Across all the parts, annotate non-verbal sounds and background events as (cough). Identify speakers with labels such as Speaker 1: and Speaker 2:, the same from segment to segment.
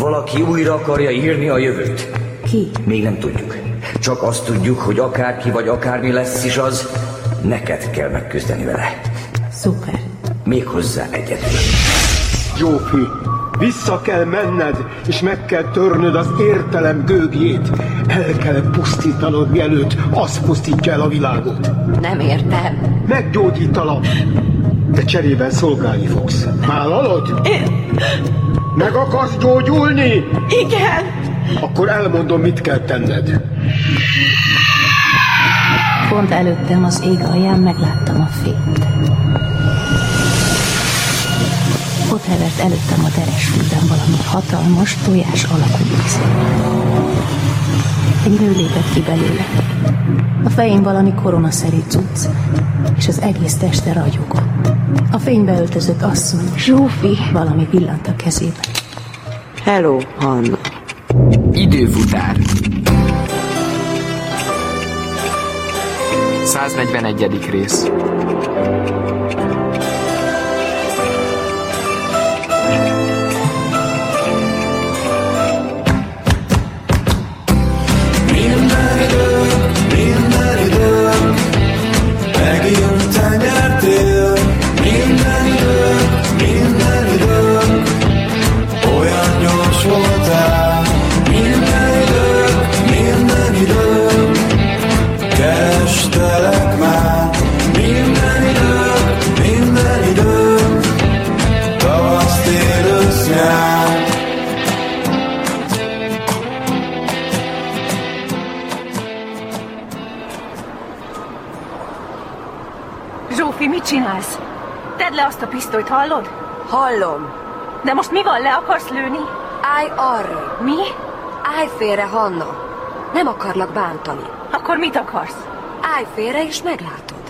Speaker 1: Valaki újra akarja írni a jövőt.
Speaker 2: Ki?
Speaker 1: Még nem tudjuk. Csak azt tudjuk, hogy akárki vagy akármi lesz is az, neked kell megküzdeni vele.
Speaker 2: Szuper.
Speaker 1: Méghozzá egyedül.
Speaker 3: Jófi, vissza kell menned, és meg kell törnöd az értelem gőgjét. El kell pusztítanod, mielőtt az pusztítja el a világot.
Speaker 2: Nem értem.
Speaker 3: Meggyógyítalak, de cserében szolgálni fogsz. Vállalod?
Speaker 4: Én...
Speaker 3: Meg akarsz gyógyulni?
Speaker 4: Igen!
Speaker 3: Akkor elmondom, mit kell tenned.
Speaker 2: Pont előttem az ég alján megláttam a fényt. Ott hevert előttem a deres fűben valami hatalmas tojás alakú víz. Egy nő lépett ki belőle. A fején valami koronaszerű cucc, és az egész teste ragyogott. A fénybe öltözött asszony. Zsófi! Valami villant a kezébe.
Speaker 5: Hello, Hanna.
Speaker 6: Időfutár 141. rész
Speaker 7: Megjött a nyár tél, minden idő, minden idő, olyan gyors voltál. Minden idő, minden idő, kerestelek már. Minden idő, minden idő, tavasz, tél, ősz, nyár.
Speaker 4: Zsófi, mit csinálsz? Tedd le azt a pisztolyt, hallod?
Speaker 5: Hallom.
Speaker 4: De most mi van, le akarsz lőni?
Speaker 5: Állj arra.
Speaker 4: Mi?
Speaker 5: Állj félre, Hanna. Nem akarlak bántani.
Speaker 4: Akkor mit akarsz?
Speaker 5: Állj félre, és meglátod.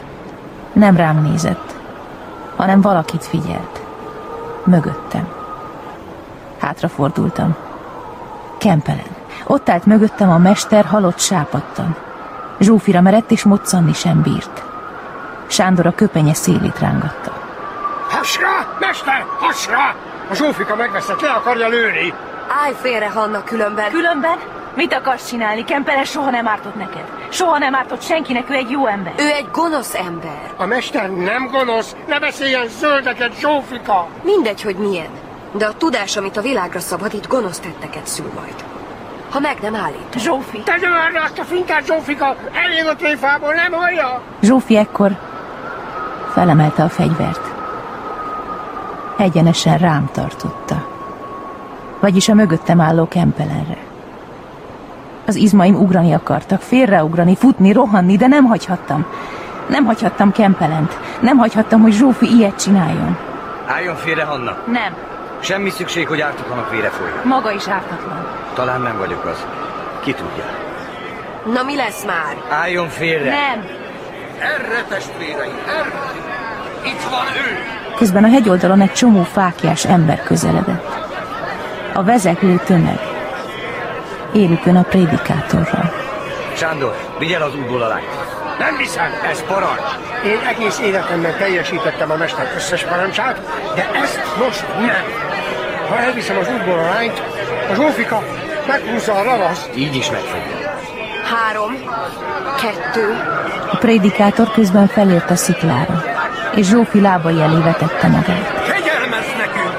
Speaker 2: Nem rám nézett, hanem valakit figyelt. Mögöttem. Hátrafordultam. Kempelen. Ott állt mögöttem a mester halott sápadtan. Zsófira merett és moccanni sem bírt. Sándor a köpenye szélét rángatta.
Speaker 3: Hasra! Mester, hasra! A Zsófika megveszett, le akarja lőni.
Speaker 5: Állj félre, Hanna, különben.
Speaker 4: Különben mit akarsz csinálni? Kempelen soha nem ártott neked. Soha nem ártott senkinek, ő egy jó ember.
Speaker 5: ő egy gonosz ember.
Speaker 3: A mester nem gonosz, ne beszéljen zöldeket, Zsófika!
Speaker 5: Mindegy, hogy milyen. De a tudás, amit a világra szabadít, gonosz tetteket szül majd. Ha meg nem állít.
Speaker 4: Zsófi,
Speaker 3: Tegyél erre azt a finkát, Zsófika! Elég a tréfából, nem hallja?
Speaker 2: Zsófi ekkor felemelte a fegyvert. Egyenesen rám tartotta. Vagyis a mögöttem álló Kempelenre. Az izmaim ugrani akartak, félreugrani, futni, rohanni, de nem hagyhattam. Nem hagyhattam Kempelent. Nem hagyhattam, hogy Zsófi ilyet csináljon.
Speaker 1: Álljon félre, Hanna!
Speaker 4: nem.
Speaker 1: Semmi szükség, hogy ártatlanok vére folyjon.
Speaker 4: Maga is ártatlan.
Speaker 1: Talán nem vagyok az. Ki tudja.
Speaker 5: Na mi lesz már?
Speaker 1: Álljon félre!
Speaker 4: Nem.
Speaker 3: Erre testvéreim, erre! Itt van ő!
Speaker 2: Közben a hegyoldalon egy csomó fákjás ember közeledett. A vezeklő tömeg. Élükön a prédikátorral.
Speaker 1: Sándor, vigyel az útból a lányt.
Speaker 3: Nem hiszem!
Speaker 1: Ez parancs.
Speaker 3: Én egész életemben teljesítettem a mester összes parancsát, de ezt most nem. Ha elviszem az útból a lányt, a Zsófika meghúzza a ravaszt.
Speaker 1: Így is megfogja.
Speaker 5: Három, kettő,
Speaker 2: A prédikátor közben felért a sziklára, és Zsófi lábai elé vetette magát.
Speaker 8: Kegyelmez nekünk!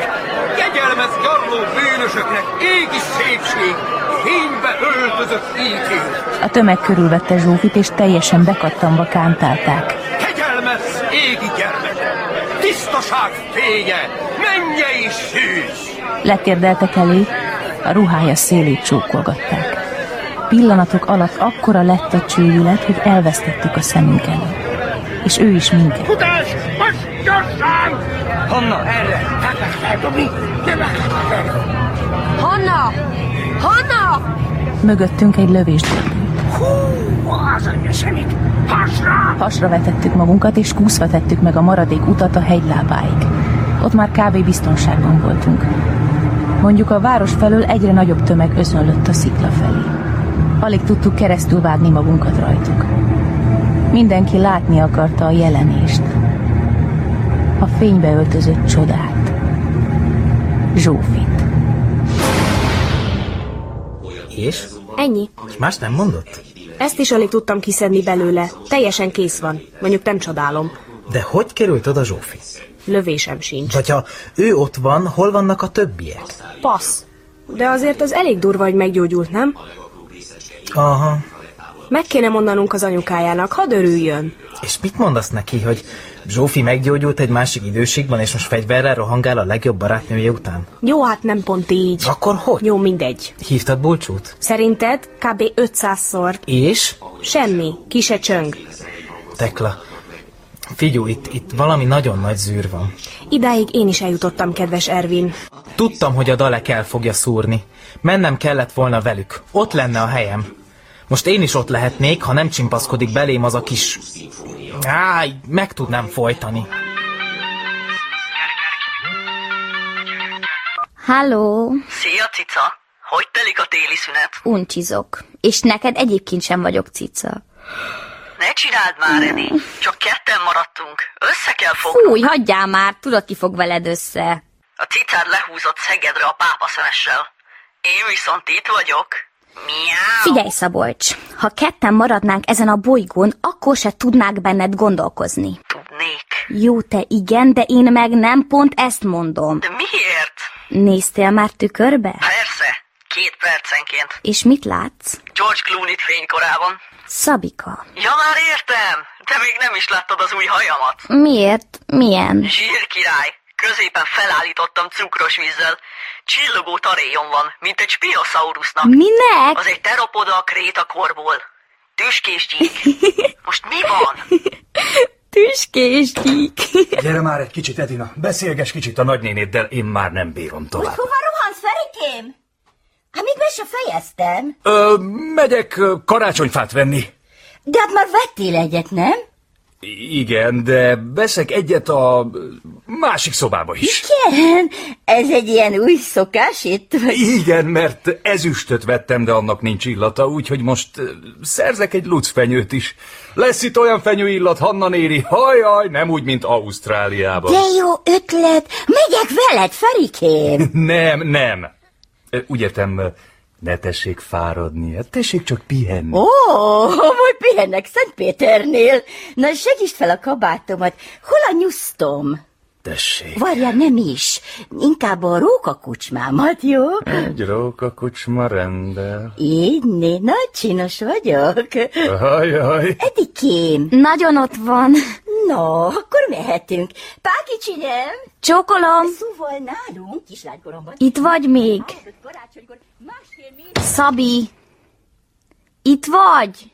Speaker 8: Kegyelmez garló bűnösöknek égi szépség! Fénybe öltözött ígér!
Speaker 2: A tömeg körülvette Zsófit, és teljesen bekattanva kántálták.
Speaker 8: Kegyelmez égi gyermek! Tisztaság fénye! Mennyei sűs!
Speaker 2: Letérdeltek elé, a ruhája szélét csókolgatták. Pillanatok alatt akkora lett a csőület, hogy elvesztettük a szemünk elől. És ő is minket.
Speaker 3: Futás! Most gyorsan!
Speaker 1: Hanna, erre!
Speaker 3: Nem lehet feldobni! Nem lehet
Speaker 5: Hanna! Hanna!
Speaker 2: Mögöttünk egy lövést dobott.
Speaker 3: Hú, az anyja semmit! Hasra!
Speaker 2: Hasra vetettük magunkat, és kúszva tettük meg a maradék utat a hegylábáig. Ott már kb. biztonságban voltunk. Mondjuk a város felől egyre nagyobb tömeg özönlött a szikla felé. Alig tudtuk keresztül vágni magunkat rajtuk. Mindenki látni akarta a jelenést. A fénybe öltözött csodát. Zsófit.
Speaker 9: És?
Speaker 10: Ennyi.
Speaker 9: És más nem mondott?
Speaker 10: Ezt is alig tudtam kiszedni belőle. Teljesen kész van. Mondjuk nem csodálom.
Speaker 9: De hogy került oda Zsófi?
Speaker 10: Lövésem sincs.
Speaker 9: Vagy ha ő ott van, hol vannak a többiek?
Speaker 10: Passz. De azért az elég durva, hogy meggyógyult, nem?
Speaker 9: Aha.
Speaker 10: Meg kéne mondanunk az anyukájának, hadd örüljön.
Speaker 9: És mit mondasz neki, hogy Zsófi meggyógyult egy másik időségben, és most fegyverrel rohangál a legjobb barátnője után?
Speaker 10: Jó, hát nem pont így.
Speaker 9: Akkor hogy?
Speaker 10: Jó, mindegy.
Speaker 9: Hívtad Bulcsút?
Speaker 10: Szerinted kb. 500-szor.
Speaker 9: És?
Speaker 10: Semmi, ki se csöng.
Speaker 9: Tekla. Figyú, itt, itt valami nagyon nagy zűr van.
Speaker 10: Idáig én is eljutottam, kedves Ervin.
Speaker 9: Tudtam, hogy a Dalek el fogja szúrni. Mennem kellett volna velük. Ott lenne a helyem. Most én is ott lehetnék, ha nem csimpaszkodik belém az a kis... Áj, meg tudnám folytani.
Speaker 11: Halló,
Speaker 12: Szia, cica! Hogy telik a téli szünet?
Speaker 11: uncsizok. És neked egyébként sem vagyok cica.
Speaker 12: Ne csináld már, Edi! Csak ketten maradtunk. Össze kell fogni.
Speaker 11: Fúj, hagyjál már, tudod ki fog veled össze.
Speaker 12: A cicád lehúzott Szegedre a pápa szemessel. Én viszont itt vagyok.
Speaker 11: Figyelj, Szabolcs, ha ketten maradnánk ezen a bolygón, akkor se tudnák benned gondolkozni. Tudnék. Jó, te igen, de én meg nem pont ezt mondom. De
Speaker 12: miért?
Speaker 11: Néztél már tükörbe?
Speaker 12: Persze, két percenként.
Speaker 11: És mit látsz?
Speaker 12: George Clooney-t fénykorában.
Speaker 11: Szabika.
Speaker 12: Ja, már értem! Te még nem is láttad az új hajamat.
Speaker 11: Miért? Milyen?
Speaker 12: Zsírkirály! Középen felállítottam cukros vízzel. Csillogó taréjon van, mint egy spinosaurusnak.
Speaker 11: Minek?
Speaker 12: Az egy teropoda a krétakorból. Tüskés gyík. Most mi van?
Speaker 11: Tüskés gyík.
Speaker 13: Gyere már egy kicsit, Edina. Beszélges kicsit a nagynénéddel, én már nem bírom tovább.
Speaker 14: Hova rohansz, Ferikém? Hát még be se fejeztem.
Speaker 13: Ö, megyek ö, karácsonyfát venni.
Speaker 14: De hát már vettél egyet, nem?
Speaker 13: Igen, de veszek egyet a másik szobába is.
Speaker 14: Igen, ez egy ilyen új szokás itt.
Speaker 13: Igen, mert ezüstöt vettem, de annak nincs illata, úgyhogy most ö, szerzek egy lucfenyőt is. Lesz itt olyan fenyő illat, Hanna néri, hajaj, nem úgy, mint Ausztráliában.
Speaker 14: De jó ötlet, megyek veled,
Speaker 13: (laughs)
Speaker 14: Ferikém.
Speaker 13: Nem, nem. Ö, Úgy értem, ö, ne tessék fáradni, hát tessék csak pihenni.
Speaker 14: Ó, majd pihennek Szentpéternél. Na, segítsd fel a kabátomat. Hol a nyusztom?
Speaker 13: Tessék.
Speaker 14: Várjál, nem is. Inkább a róka kucsmámat, jó?
Speaker 13: Egy róka kocsma rendel.
Speaker 14: Így, né, nagy csinos vagyok.
Speaker 13: Hajaj.
Speaker 14: Edikém.
Speaker 11: Nagyon ott van.
Speaker 14: No, akkor mehetünk. Páki csinálom.
Speaker 11: Csókolom.
Speaker 14: Szóval nálunk kislánykoromban.
Speaker 11: Itt vagy még?
Speaker 14: Karácsonykor másfél méter.
Speaker 11: Szabi! Itt vagy?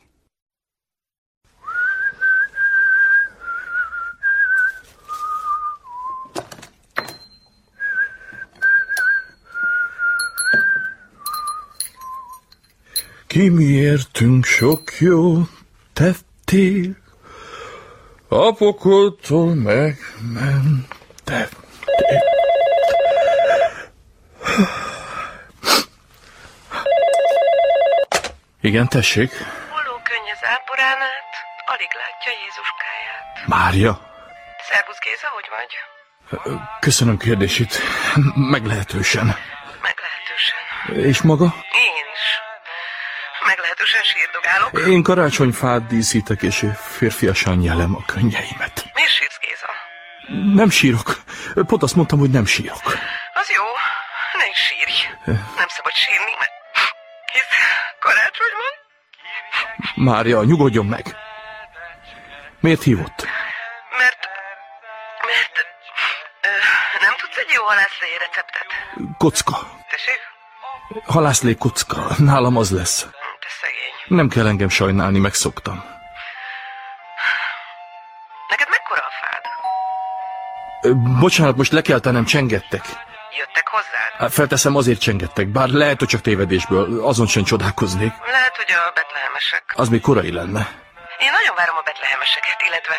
Speaker 15: Ki miértünk sok jó tettél, a pokoltól megmentettél. Igen, tessék,
Speaker 5: Hulló könny az ápolán át, alig látja Jézuskáját.
Speaker 15: Mária.
Speaker 5: Szervusz Géza, hogy vagy?
Speaker 15: Köszönöm kérdését, meglehetősen.
Speaker 5: Meglehetősen.
Speaker 15: És maga?
Speaker 5: Én is. Meglehetősen sírdogálok.
Speaker 15: Én karácsonyfát díszítek, és férfiasan jelem a könnyeimet.
Speaker 5: Miért sírsz Géza?
Speaker 15: Nem sírok. Pont azt mondtam, hogy nem sírok. Eh.
Speaker 5: Az jó, ne is sírj. Nem szabad sírni, mert hisz karácsony van.
Speaker 15: Mária, nyugodjon meg! Miért hívott?
Speaker 5: Nem tudsz egy jó halászlé receptet?
Speaker 15: Kocka.
Speaker 5: Tessék?
Speaker 15: Halászlé kocka. Nálam az lesz.
Speaker 5: Te szegény.
Speaker 15: Nem kell engem sajnálni, megszoktam.
Speaker 5: Neked mekkora a fád?
Speaker 15: Ö, Bocsánat, most le kell tennem, csengettek.
Speaker 5: Jöttek hozzád?
Speaker 15: Hát Felteszem, azért csengettek, bár lehet, hogy csak tévedésből. Azon sem csodálkoznék.
Speaker 5: Lehet, hogy a betlehemesek.
Speaker 15: Az még korai lenne.
Speaker 5: Én nagyon várom a betlehemeseket, illetve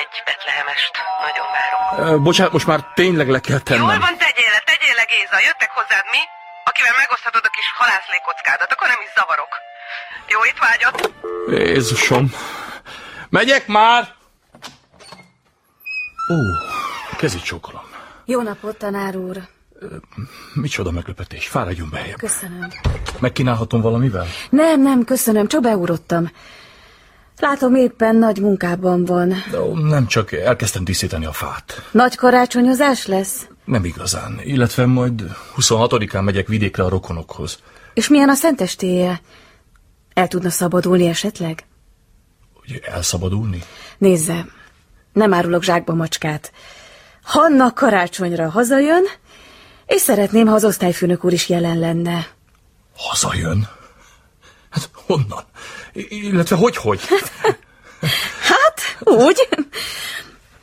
Speaker 5: egy betlehemest. Nagyon várom.
Speaker 15: Ö, Bocsánat, most már tényleg le kell
Speaker 5: Jól
Speaker 15: tennem.
Speaker 5: van, tegyél le, tegyél le, Géza. Jöttek hozzád mi, akivel megoszthatod a kis halászlékockádat, akkor nem is zavarok. Jó étvágyat!
Speaker 15: Jézusom. Megyek már! Ó, kezi csókolom.
Speaker 16: Jó napot, tanár úr.
Speaker 15: Micsoda meglepetés. Fáradjon be helyem.
Speaker 16: Köszönöm.
Speaker 15: Megkínálhatom valamivel?
Speaker 16: Nem, nem, köszönöm, csak beugrottam. Látom, éppen nagy munkában van.
Speaker 15: Ó, Nem csak elkezdtem díszíteni a fát.
Speaker 16: Nagy karácsonyozás lesz?
Speaker 15: Nem igazán. Illetve majd 26-án megyek vidékre a rokonokhoz.
Speaker 16: És milyen a szentestéje? El tudna szabadulni esetleg?
Speaker 15: Hogy elszabadulni?
Speaker 16: Nézze, nem árulok zsákba macskát. Hanna karácsonyra hazajön, és szeretném, ha az osztályfőnök úr is jelen lenne.
Speaker 15: Hazajön? Hát honnan? I- illetve hogy, hogy?
Speaker 16: Hát, úgy,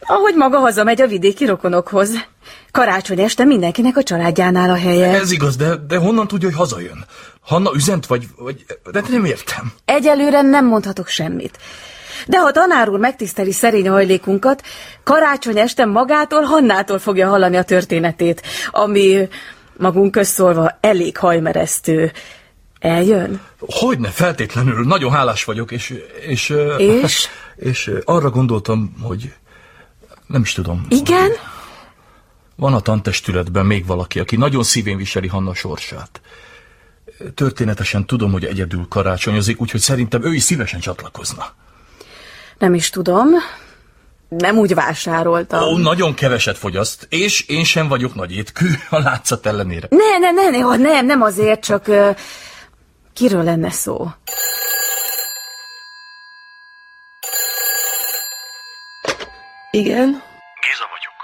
Speaker 16: ahogy maga hazamegy a vidéki rokonokhoz. Karácsony este mindenkinek a családjánál a helye.
Speaker 15: Ez igaz, de, de honnan tudja, hogy hazajön? Hanna üzent, vagy... vagy de nem értem.
Speaker 16: Egyelőre nem mondhatok semmit. De ha tanár úr megtiszteli szerény hajlékunkat, karácsony este magától, Hannától fogja hallani a történetét, ami magunk közszólva elég hajmeresztő. Eljön?
Speaker 15: Hogyne, feltétlenül. Nagyon hálás vagyok, és... És? ö,
Speaker 16: És?
Speaker 15: (laughs) és ö, arra gondoltam, hogy... Nem is tudom.
Speaker 16: Igen?
Speaker 15: Van a tantestületben még valaki, aki nagyon szívén viseli Hanna sorsát. Történetesen tudom, hogy egyedül karácsonyozik, úgyhogy szerintem ő is szívesen csatlakozna.
Speaker 16: Nem is tudom. Nem úgy vásároltam.
Speaker 15: Ó, nagyon keveset fogyaszt, és én sem vagyok nagy étkű (laughs) a látszat ellenére.
Speaker 16: Ne, ne, ne, ne, nem, nem azért, csak ö, kiről lenne szó?
Speaker 5: Igen?
Speaker 17: Géza vagyok.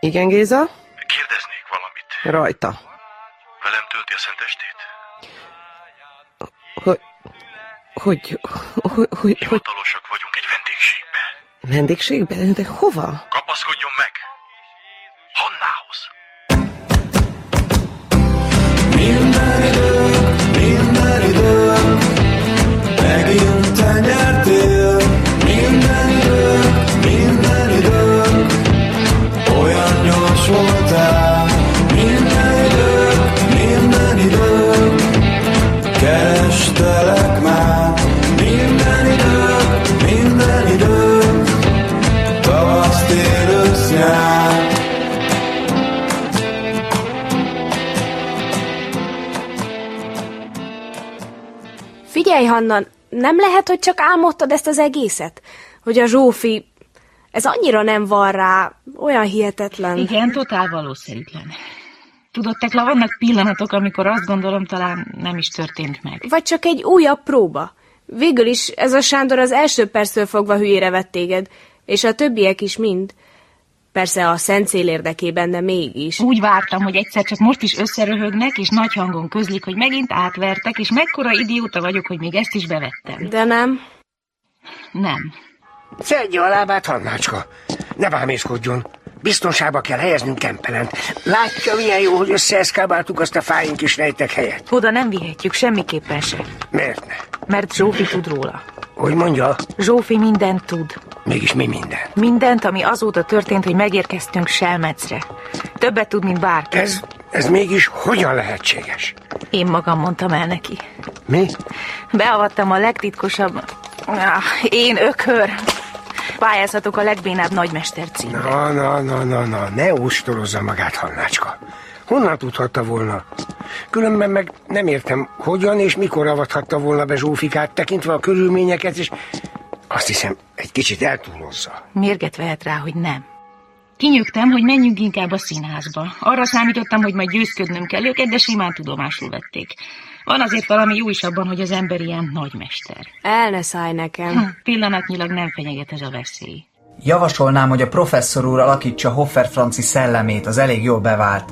Speaker 5: Igen, Géza?
Speaker 17: Kérdeznék valamit.
Speaker 5: Rajta.
Speaker 17: Velem tölti a szent estét?
Speaker 5: Hogy... Hogy... Hogy... hogy, hogy
Speaker 17: Hivatalosak vagyunk egy vendégségbe.
Speaker 5: vendégségben? De hova?
Speaker 17: Kapaszkodjon meg! Hannához!
Speaker 7: Minden idők, megint te nyertél. Minden idők, minden idők, olyan gyors voltál. Minden idők, minden idők, kerestelek már. Minden idők, minden idők, tavasz, tél, ősz, nyár.
Speaker 16: Figyelj, Hannan, nem lehet, hogy csak álmodtad ezt az egészet? Hogy a Zsófi... Ez annyira nem van rá, olyan hihetetlen.
Speaker 2: Igen, totál valószínűtlen. Tudod, Tekla, vannak pillanatok, amikor azt gondolom, talán nem is történt meg.
Speaker 16: Vagy csak egy újabb próba. Végül is ez a Sándor az első perctől fogva hülyére vett téged, és a többiek is mind. Persze a szent cél érdekében, de mégis.
Speaker 2: Úgy vártam, hogy egyszer csak most is összeröhögnek, és nagy hangon közlik, hogy megint átvertek, és mekkora idióta vagyok, hogy még ezt is bevettem.
Speaker 16: De nem.
Speaker 2: Nem.
Speaker 18: Szedje a lábát, Hannácska! Ne bámészkodjon! Biztonságba kell helyeznünk Kempelent. Látja, milyen jó, hogy összeeszkábáltuk azt a fáink is rejtek helyet.
Speaker 2: Oda nem vihetjük semmiképpen se.
Speaker 18: Miért ne?
Speaker 2: Mert Zsófi tud róla.
Speaker 18: Hogy mondja?
Speaker 2: Zsófi mindent tud.
Speaker 18: Mégis mi minden?
Speaker 2: Mindent, ami azóta történt, hogy megérkeztünk Selmecre. Többet tud, mint bárki.
Speaker 18: Ez, ez mégis hogyan lehetséges?
Speaker 2: Én magam mondtam el neki.
Speaker 18: Mi?
Speaker 2: Beavattam a legtitkosabb... Ah, én ökör. Pályázhatok a legbénább nagymester címre.
Speaker 18: Na, na, na, na, na, ne ostorozza magát, Hannácska. Honnan tudhatta volna? Különben meg nem értem, hogyan és mikor avathatta volna be Zsófikát, tekintve a körülményeket, és azt hiszem, egy kicsit eltúlozza.
Speaker 2: Mérget vehet rá, hogy nem. Kinyögtem, hogy menjünk inkább a színházba. Arra számítottam, hogy majd győzködnöm kell őket, de simán tudomásul vették. Van azért valami jó is abban, hogy az ember ilyen nagymester.
Speaker 16: El ne szállj nekem.
Speaker 2: Hm, Pillanatnyilag nem fenyeget ez a veszély.
Speaker 19: Javasolnám, hogy a professzor úr alakítsa Hoffer Franci szellemét, az elég jól bevált,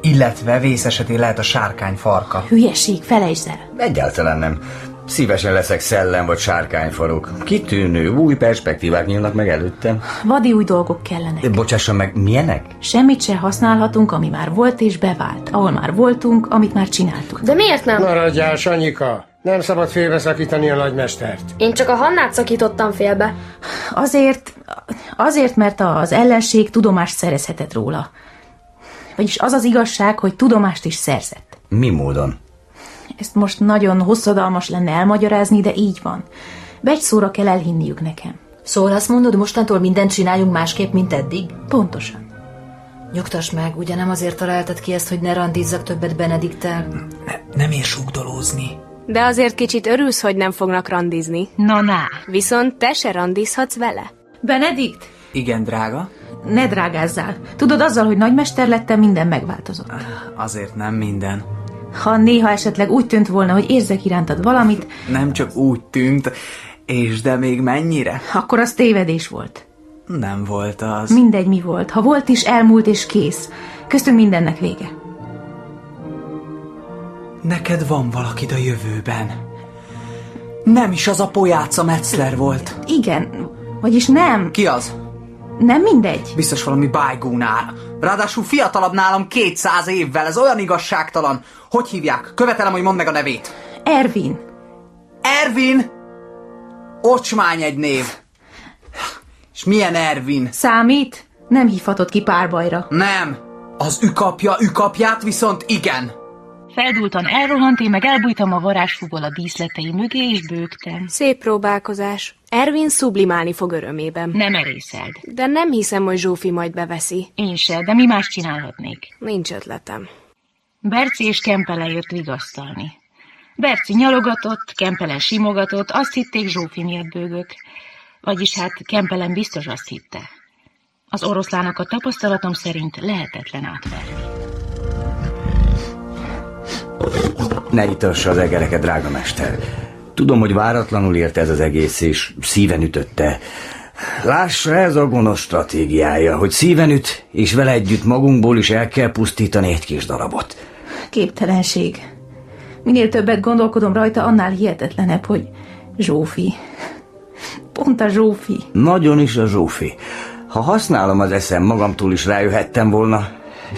Speaker 19: illetve vész esetén lehet a sárkány farka.
Speaker 20: Hülyeség, felejtsd el.
Speaker 1: Egyáltalán nem. Szívesen leszek szellem vagy sárkányfarok. Kitűnő, új perspektívák nyílnak meg előttem.
Speaker 20: Vadi új dolgok kellenek.
Speaker 1: De Bocsásson meg, milyenek?
Speaker 20: Semmit se használhatunk, ami már volt és bevált. Ahol már voltunk, amit már csináltuk.
Speaker 8: De miért nem?
Speaker 3: Maradjál, Sanyika! Nem szabad félbeszakítani a nagymestert.
Speaker 8: Én csak a Hannát szakítottam félbe.
Speaker 20: Azért, azért, mert az ellenség tudomást szerezhetett róla. Vagyis az az igazság, hogy tudomást is szerzett.
Speaker 1: Mi módon?
Speaker 20: Ezt most nagyon hosszadalmas lenne elmagyarázni, de így van. Begy szóra kell elhinniük nekem.
Speaker 4: Szóval azt mondod, mostantól mindent csináljunk másképp, mint eddig?
Speaker 20: Pontosan.
Speaker 10: Nyugtass meg, ugye nem azért találtad ki ezt, hogy ne randízzak többet Benediktel?
Speaker 3: Nem ér sugdolózni.
Speaker 10: De azért kicsit örülsz, hogy nem fognak randizni.
Speaker 21: Na, na.
Speaker 10: Viszont te se randizhatsz vele.
Speaker 2: Benedikt,
Speaker 3: Igen, drága.
Speaker 2: ne drágázzál. Tudod, azzal, hogy nagymester lettem, minden megváltozott.
Speaker 3: Azért nem minden.
Speaker 2: Ha néha esetleg úgy tűnt volna, hogy érzek irántad valamit,
Speaker 3: Nem csak úgy tűnt, és de még mennyire?
Speaker 2: akkor az tévedés volt.
Speaker 3: Nem volt az.
Speaker 2: Mindegy, mi volt. Ha volt is, elmúlt és kész. Köztünk mindennek vége.
Speaker 3: Neked van valakid a jövőben. Nem is az a pojáca Metzler volt.
Speaker 2: Igen, vagyis nem.
Speaker 3: Ki az?
Speaker 2: Nem mindegy.
Speaker 3: Biztos valami bájgónál. Ráadásul fiatalabb nálam 200 évvel, ez olyan igazságtalan. Hogy hívják? Követelem, hogy mondd meg a nevét.
Speaker 2: Ervin.
Speaker 3: Ervin! Ocsmány egy név. És milyen Ervin?
Speaker 2: Számít? Nem hívhatod ki párbajra.
Speaker 3: Nem. Az ükapja ükapját viszont igen.
Speaker 21: Feldúltan elrohant, én meg elbújtam a varázsfúgol a díszletei mögé, és bőgtem.
Speaker 10: Szép próbálkozás. Ervin szublimálni fog örömében.
Speaker 21: Nem erészeld.
Speaker 10: De nem hiszem, hogy Zsófi majd beveszi.
Speaker 21: Én se, de mi más csinálhatnék?
Speaker 10: Nincs ötletem.
Speaker 21: Berci és Kempele jött vigasztalni. Berci nyalogatott, Kempelen simogatott, azt hitték Zsófi miatt bőgök. Vagyis hát Kempelen biztos azt hitte. Az oroszlának a tapasztalatom szerint lehetetlen átverni.
Speaker 1: Ne itassa az egereket, drága mester. Tudom, hogy váratlanul érte ez az egész, és szíven ütötte. Lássa, ez a gonosz stratégiája, hogy szíven üt, és vele együtt magunkból is el kell pusztítani egy kis darabot.
Speaker 2: Képtelenség. Minél többet gondolkodom rajta, annál hihetetlenebb, hogy Zsófi. Pont a Zsófi.
Speaker 1: Nagyon is a Zsófi. Ha használom az eszem, magamtól is rájöhettem volna,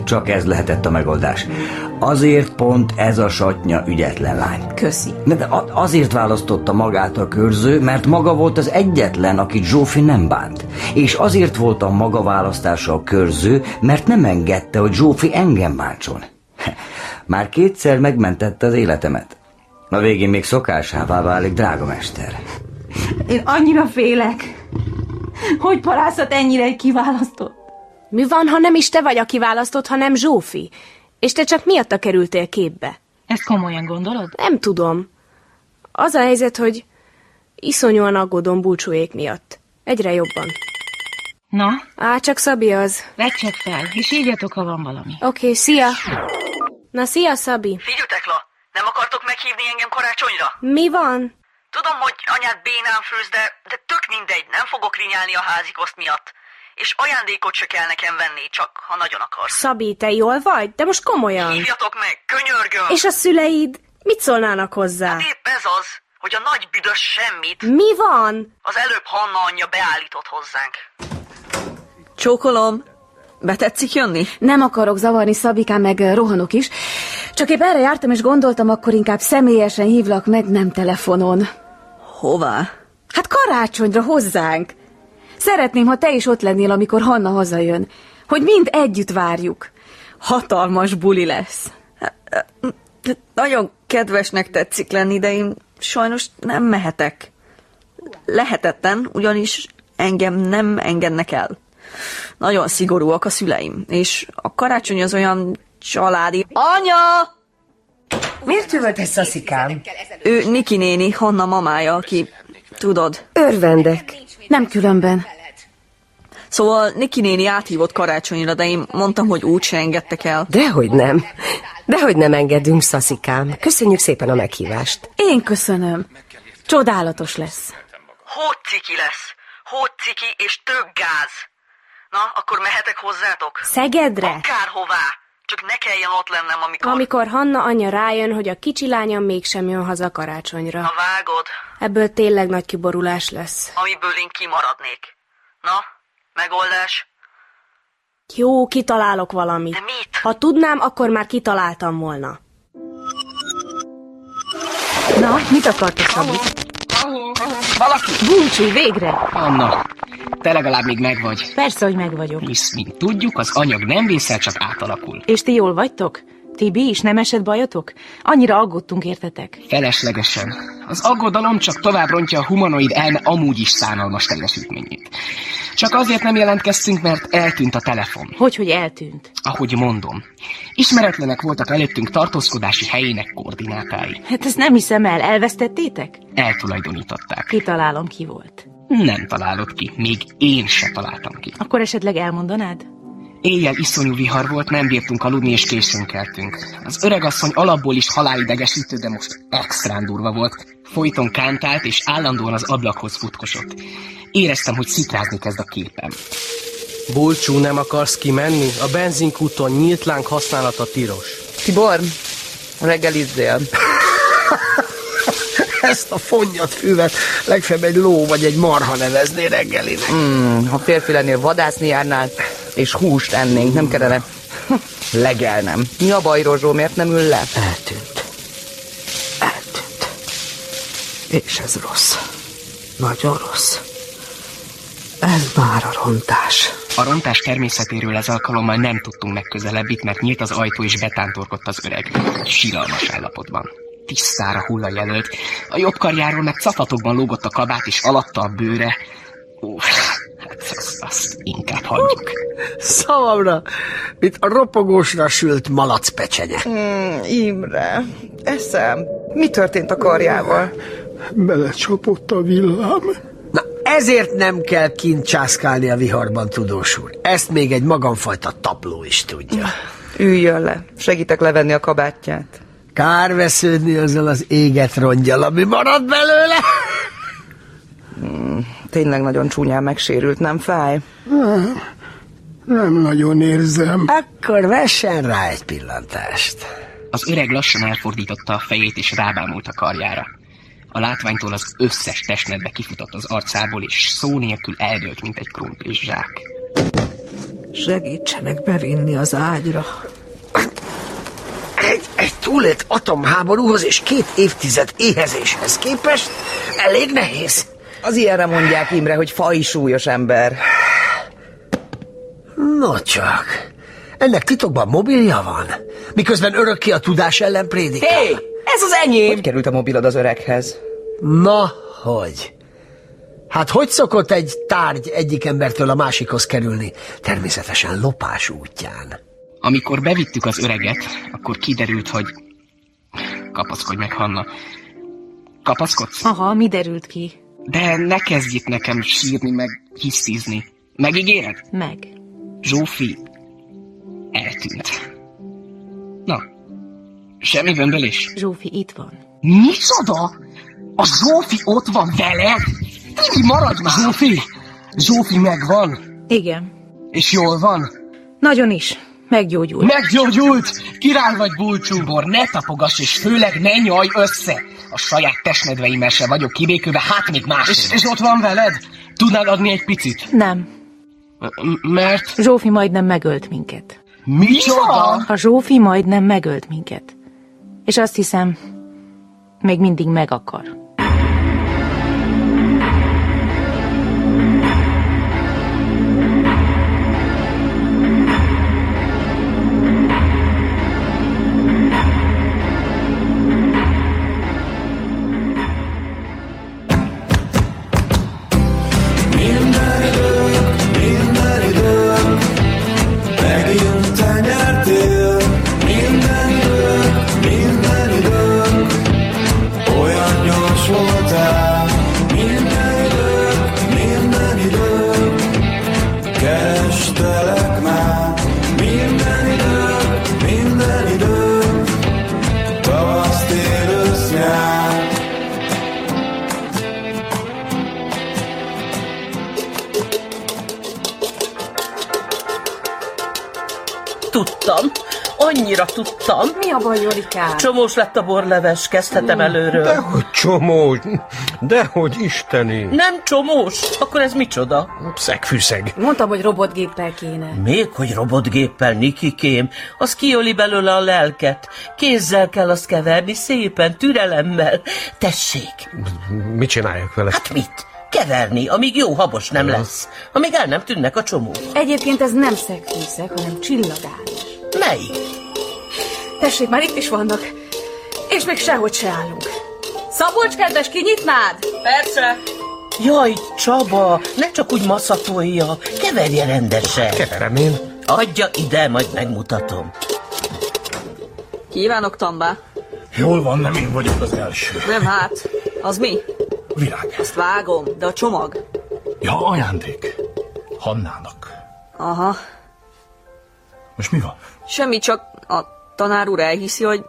Speaker 1: csak ez lehetett a megoldás. Azért pont ez a satnya ügyetlen lány.
Speaker 2: Köszi.
Speaker 1: De de a- azért választotta magát a körző, mert maga volt az egyetlen, akit Zsófi nem bánt. És azért volt a maga választása a körző, mert nem engedte, hogy Zsófi engem bántson. (laughs) Már kétszer megmentette az életemet. A végén még szokásává válik, drága mester.
Speaker 2: Én annyira félek. Hogy parászat ennyire egy kiválasztott?
Speaker 10: Mi van, ha nem is te vagy a kiválasztott, hanem Zsófi? És te csak miatta kerültél képbe?
Speaker 21: Ezt komolyan gondolod?
Speaker 10: Nem tudom. Az a helyzet, hogy iszonyúan aggódom búcsúék miatt. Egyre jobban.
Speaker 21: Na?
Speaker 10: Á, csak Szabi az.
Speaker 21: Vedd csak fel, és hívjatok, ha van valami.
Speaker 10: Oké, okay, szia! Na, szia, Szabi!
Speaker 12: Figyeltek la, nem akartok meghívni engem karácsonyra?
Speaker 10: Mi van?
Speaker 12: Tudom, hogy anyád bénán főz, de, de tök mindegy, nem fogok rinyálni a házikoszt miatt. És ajándékot se kell nekem venni, csak ha nagyon akarsz.
Speaker 10: Szabi, te jól vagy? De most komolyan.
Speaker 12: Hívjatok meg, könyörgöm!
Speaker 10: És a szüleid? Mit szólnának hozzá?
Speaker 12: Épp ez az, hogy a nagy büdös semmit
Speaker 10: Mi van?
Speaker 12: az előbb Hanna anyja beállított hozzánk.
Speaker 22: Csókolom. Betetszik jönni? Nem akarok zavarni Szabikán, meg eh, rohanok is. Csak épp erre jártam, és gondoltam, akkor inkább személyesen hívlak meg, nem telefonon. Hová? Hát karácsonyra hozzánk. Szeretném, ha te is ott lennél, amikor Hanna hazajön. Hogy mind együtt várjuk. Hatalmas buli lesz. Nagyon kedvesnek tetszik lenni, de én sajnos nem mehetek. Lehetetlen, ugyanis engem nem engednek el. Nagyon szigorúak a szüleim, és a karácsony az olyan családi... Anya!
Speaker 23: Miért üvöltesz, szaszikám?
Speaker 22: Ő Niki néni, Hanna mamája, aki... Tudod.
Speaker 23: Örvendek.
Speaker 22: Nem különben. Szóval Niki néni áthívott karácsonyra, de én mondtam, hogy úgyse engedtek el.
Speaker 23: Dehogy nem. Dehogy nem engedünk, szaszikám. Köszönjük szépen a meghívást.
Speaker 22: Én köszönöm.
Speaker 10: Csodálatos lesz.
Speaker 12: Hóciki lesz, hóciki és tök gáz. Na, akkor mehetek hozzátok?
Speaker 10: Szegedre?
Speaker 12: Akárhová, csak ne kelljen ott lennem, amikor...
Speaker 10: Amikor Hanna anyja rájön, hogy a kicsi lányom mégsem jön haza karácsonyra.
Speaker 12: Na vágod,
Speaker 10: Ebből tényleg nagy kiborulás lesz.
Speaker 12: amiből én kimaradnék. Na, megoldás?
Speaker 10: Jó, kitalálok valamit.
Speaker 12: mit?
Speaker 10: Ha tudnám, akkor már kitaláltam volna.
Speaker 2: Na, mit akartok, Szabi?
Speaker 24: Valaki?
Speaker 2: Búcsú, végre!
Speaker 24: Anna, te legalább még megvagy.
Speaker 2: Persze, hogy meg vagyok.
Speaker 24: Hisz, mint tudjuk, az anyag nem vészel, csak átalakul.
Speaker 2: És ti jól vagytok? Tibi is nem esett bajotok? Annyira aggódtunk értetek.
Speaker 25: Feleslegesen. Az aggodalom csak tovább rontja a humanoid elme amúgy is szánalmas teljesítményét. Csak azért nem jelentkeztünk, mert eltűnt a telefon.
Speaker 2: Hogy, hogy eltűnt?
Speaker 25: Ahogy mondom, ismeretlenek voltak előttünk tartózkodási helyének koordinátái.
Speaker 2: Hát ezt nem hiszem el, elvesztettétek?
Speaker 25: Eltulajdonították.
Speaker 2: Kitalálom, ki volt.
Speaker 25: Nem találod ki, még én se találtam ki.
Speaker 2: Akkor esetleg elmondanád?
Speaker 25: Éjjel iszonyú vihar volt, nem bírtunk aludni és későn keltünk. Az öregasszony alapból is halálidegesítő, de most extrán durva volt. Folyton kántált és állandóan az ablakhoz futkosott. Éreztem, hogy szikrázni kezd a képem.
Speaker 26: Bulcsú, nem akarsz kimenni? A benzinkúton nyílt láng használata tilos.
Speaker 27: Tibor, reggelizzél.
Speaker 5: (laughs) Ezt a fonnyat füvet legfeljebb egy ló vagy egy marha nevezné reggelinek.
Speaker 27: Mm, ha férfi lennél, vadászni járnál, és húst ennénk, nem kellene (laughs) legelnem. Mi a baj, Rozsó, miért nem ül le? Eltűnt. Eltűnt. És ez rossz. Nagyon rossz. Ez már a rontás.
Speaker 25: A rontás természetéről ez alkalommal nem tudtunk megközelebbit, mert nyílt az ajtó és betántorgott az öreg. Síralmas állapotban. Tisztára hull a jelölt. A jobb karjáról meg cafatokban lógott a kabát, és alatta a bőre. Ó, hát azt, azt inkább hagyjuk.
Speaker 5: Szavamra, mint a ropogósra sült malac pecsenye.
Speaker 22: Mm, Imre, eszem. Mi történt a karjával?
Speaker 3: Belecsapott a villám.
Speaker 5: Na, ezért nem kell kint császkálni a viharban, tudós úr. Ezt még egy magamfajta tapló is tudja.
Speaker 22: Üljön le. Segítek levenni a kabátját.
Speaker 5: Kár vesződni azzal az éget rongyal, ami marad belőle.
Speaker 22: Mm,
Speaker 27: Hmm,
Speaker 22: Tényleg nagyon csúnyán megsérült, nem fáj?
Speaker 3: Nem, nem nagyon érzem.
Speaker 5: Akkor vessen rá egy pillantást.
Speaker 25: Az öreg lassan elfordította a fejét és rábámult a karjára. A látványtól az összes testnedbe kifutott az arcából, és szó nélkül eldőlt, mint egy krumplis zsák.
Speaker 22: Segítsenek bevinni az ágyra.
Speaker 5: Egy, egy túlélt atomháborúhoz és két évtized éhezéshez képest elég nehéz.
Speaker 22: Az ilyenre mondják, Imre, hogy fai súlyos ember.
Speaker 5: No csak, ennek titokban mobilja van, miközben örökké a tudás ellen prédikál.
Speaker 22: Hé, ez az enyém! Hogy került a mobilod az öreghez?
Speaker 5: Na, hogy? Hát hogy szokott egy tárgy egyik embertől a másikhoz kerülni? Természetesen lopás útján.
Speaker 25: Amikor bevittük az öreget, akkor kiderült, hogy... Kapaszkodj meg, Hanna. Kapaszkodsz?
Speaker 2: Aha, mi derült ki?
Speaker 25: De ne kezdj itt nekem sírni, meg hisztizni. Megígéred?
Speaker 2: Meg.
Speaker 25: Zsófi eltűnt. Na, semmi bömbölés?
Speaker 2: Zsófi itt van.
Speaker 25: Micsoda? A Zsófi ott van veled? Tibi, maradj már! Zsófi! Zsófi megvan?
Speaker 2: Igen.
Speaker 25: És jól van?
Speaker 2: Nagyon is. Meggyógyul.
Speaker 25: Meggyógyult! Király vagy bulcsúbor, ne tapogass, és főleg ne nyalj össze! A saját testnedveimmel se vagyok kibékülve, hát még más. És, és ott van veled? Tudnál adni egy picit?
Speaker 2: Nem.
Speaker 25: M- Mert...
Speaker 2: Zsófi majdnem megölt minket.
Speaker 25: Micsoda?
Speaker 2: A Zsófi majdnem megölt minket. És azt hiszem, még mindig meg akar.
Speaker 7: Minden idők, minden idők, megint te nyertél. Minden idők, minden idők, olyan gyors voltál. Minden idők, minden idők, kerestelek már. Minden idők, minden idők, tavasz, tél, ősz, nyár.
Speaker 28: Tudtam, annyira tudtam.
Speaker 16: Mi a baj, Jorikám?
Speaker 28: Csomós lett a borleves, kezdhetem előről.
Speaker 8: Dehogy csomós, dehogy isteni.
Speaker 28: Nem csomós, akkor ez micsoda?
Speaker 8: Szegfűszeg.
Speaker 16: Mondtam, hogy robotgéppel kéne.
Speaker 28: Még hogy robotgéppel, Nikikém, az kiöli belőle a lelket. Kézzel kell azt keverni, szépen, türelemmel. Tessék,
Speaker 8: Mit csináljak vele? Hát
Speaker 28: mit? keverni, amíg jó habos nem lesz. Amíg el nem tűnnek a csomók.
Speaker 16: Egyébként ez nem szegfűszeg, hanem csillagás.
Speaker 28: Melyik?
Speaker 16: Tessék, már itt is vannak. És még sehogy se állunk. Szabolcs, kedves, kinyitnád? Persze.
Speaker 28: Jaj, Csaba, ne csak úgy maszatolja, keverje rendesen. Keverem én. Adja ide, majd megmutatom.
Speaker 22: Kívánok, Tambá.
Speaker 15: Jól van, nem én vagyok az első.
Speaker 22: Nem hát. Az mi?
Speaker 15: Virág.
Speaker 22: Azt vágom, de a csomag.
Speaker 15: Ja, ajándék. Hannának.
Speaker 22: Aha.
Speaker 15: Most mi van?
Speaker 22: Semmi, csak a tanár úr elhiszi, hogy,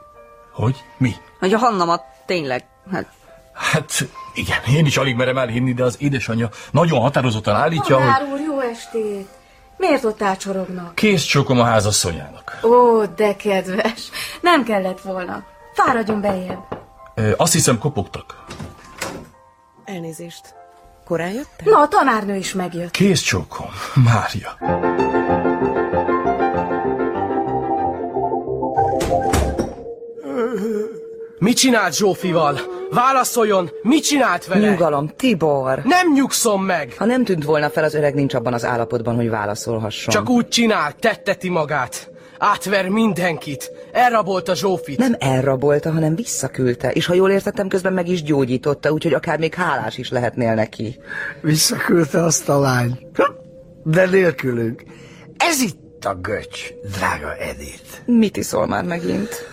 Speaker 15: Hogy? Mi?
Speaker 22: hogy a Hannamat tényleg, hát
Speaker 15: Hát igen, én is alig merem elhinni, de az édesanyja nagyon határozottan állítja, hogy
Speaker 16: Tanár úr, jó estét! Miért ott ácsorognak?
Speaker 15: kész csokom a házasszonyának.
Speaker 16: Ó, de kedves! Nem kellett volna. Fáradjon beljebb.
Speaker 15: Ö, Azt hiszem kopogtak.
Speaker 16: Elnézést. Korán jöttem? Na, a tanárnő is megjött.
Speaker 15: Kész csókom, Mária.
Speaker 26: Mit csinált Zsófival? Válaszoljon, mit csinált vele?
Speaker 27: Nyugalom, Tibor!
Speaker 26: Nem nyugszom meg!
Speaker 27: Ha nem tűnt volna fel, az öreg nincs abban az állapotban, hogy válaszolhasson.
Speaker 26: Csak úgy csinál, tetteti magát. Átver mindenkit. Elrabolta Zsófit.
Speaker 27: Nem elrabolta, hanem visszaküldte, és ha jól értettem, közben meg is gyógyította, úgyhogy akár még hálás is lehetnél neki.
Speaker 5: Visszaküldte azt a lány. De nélkülünk. Ez itt a göcs, drága Edith.
Speaker 27: Mit iszol már megint?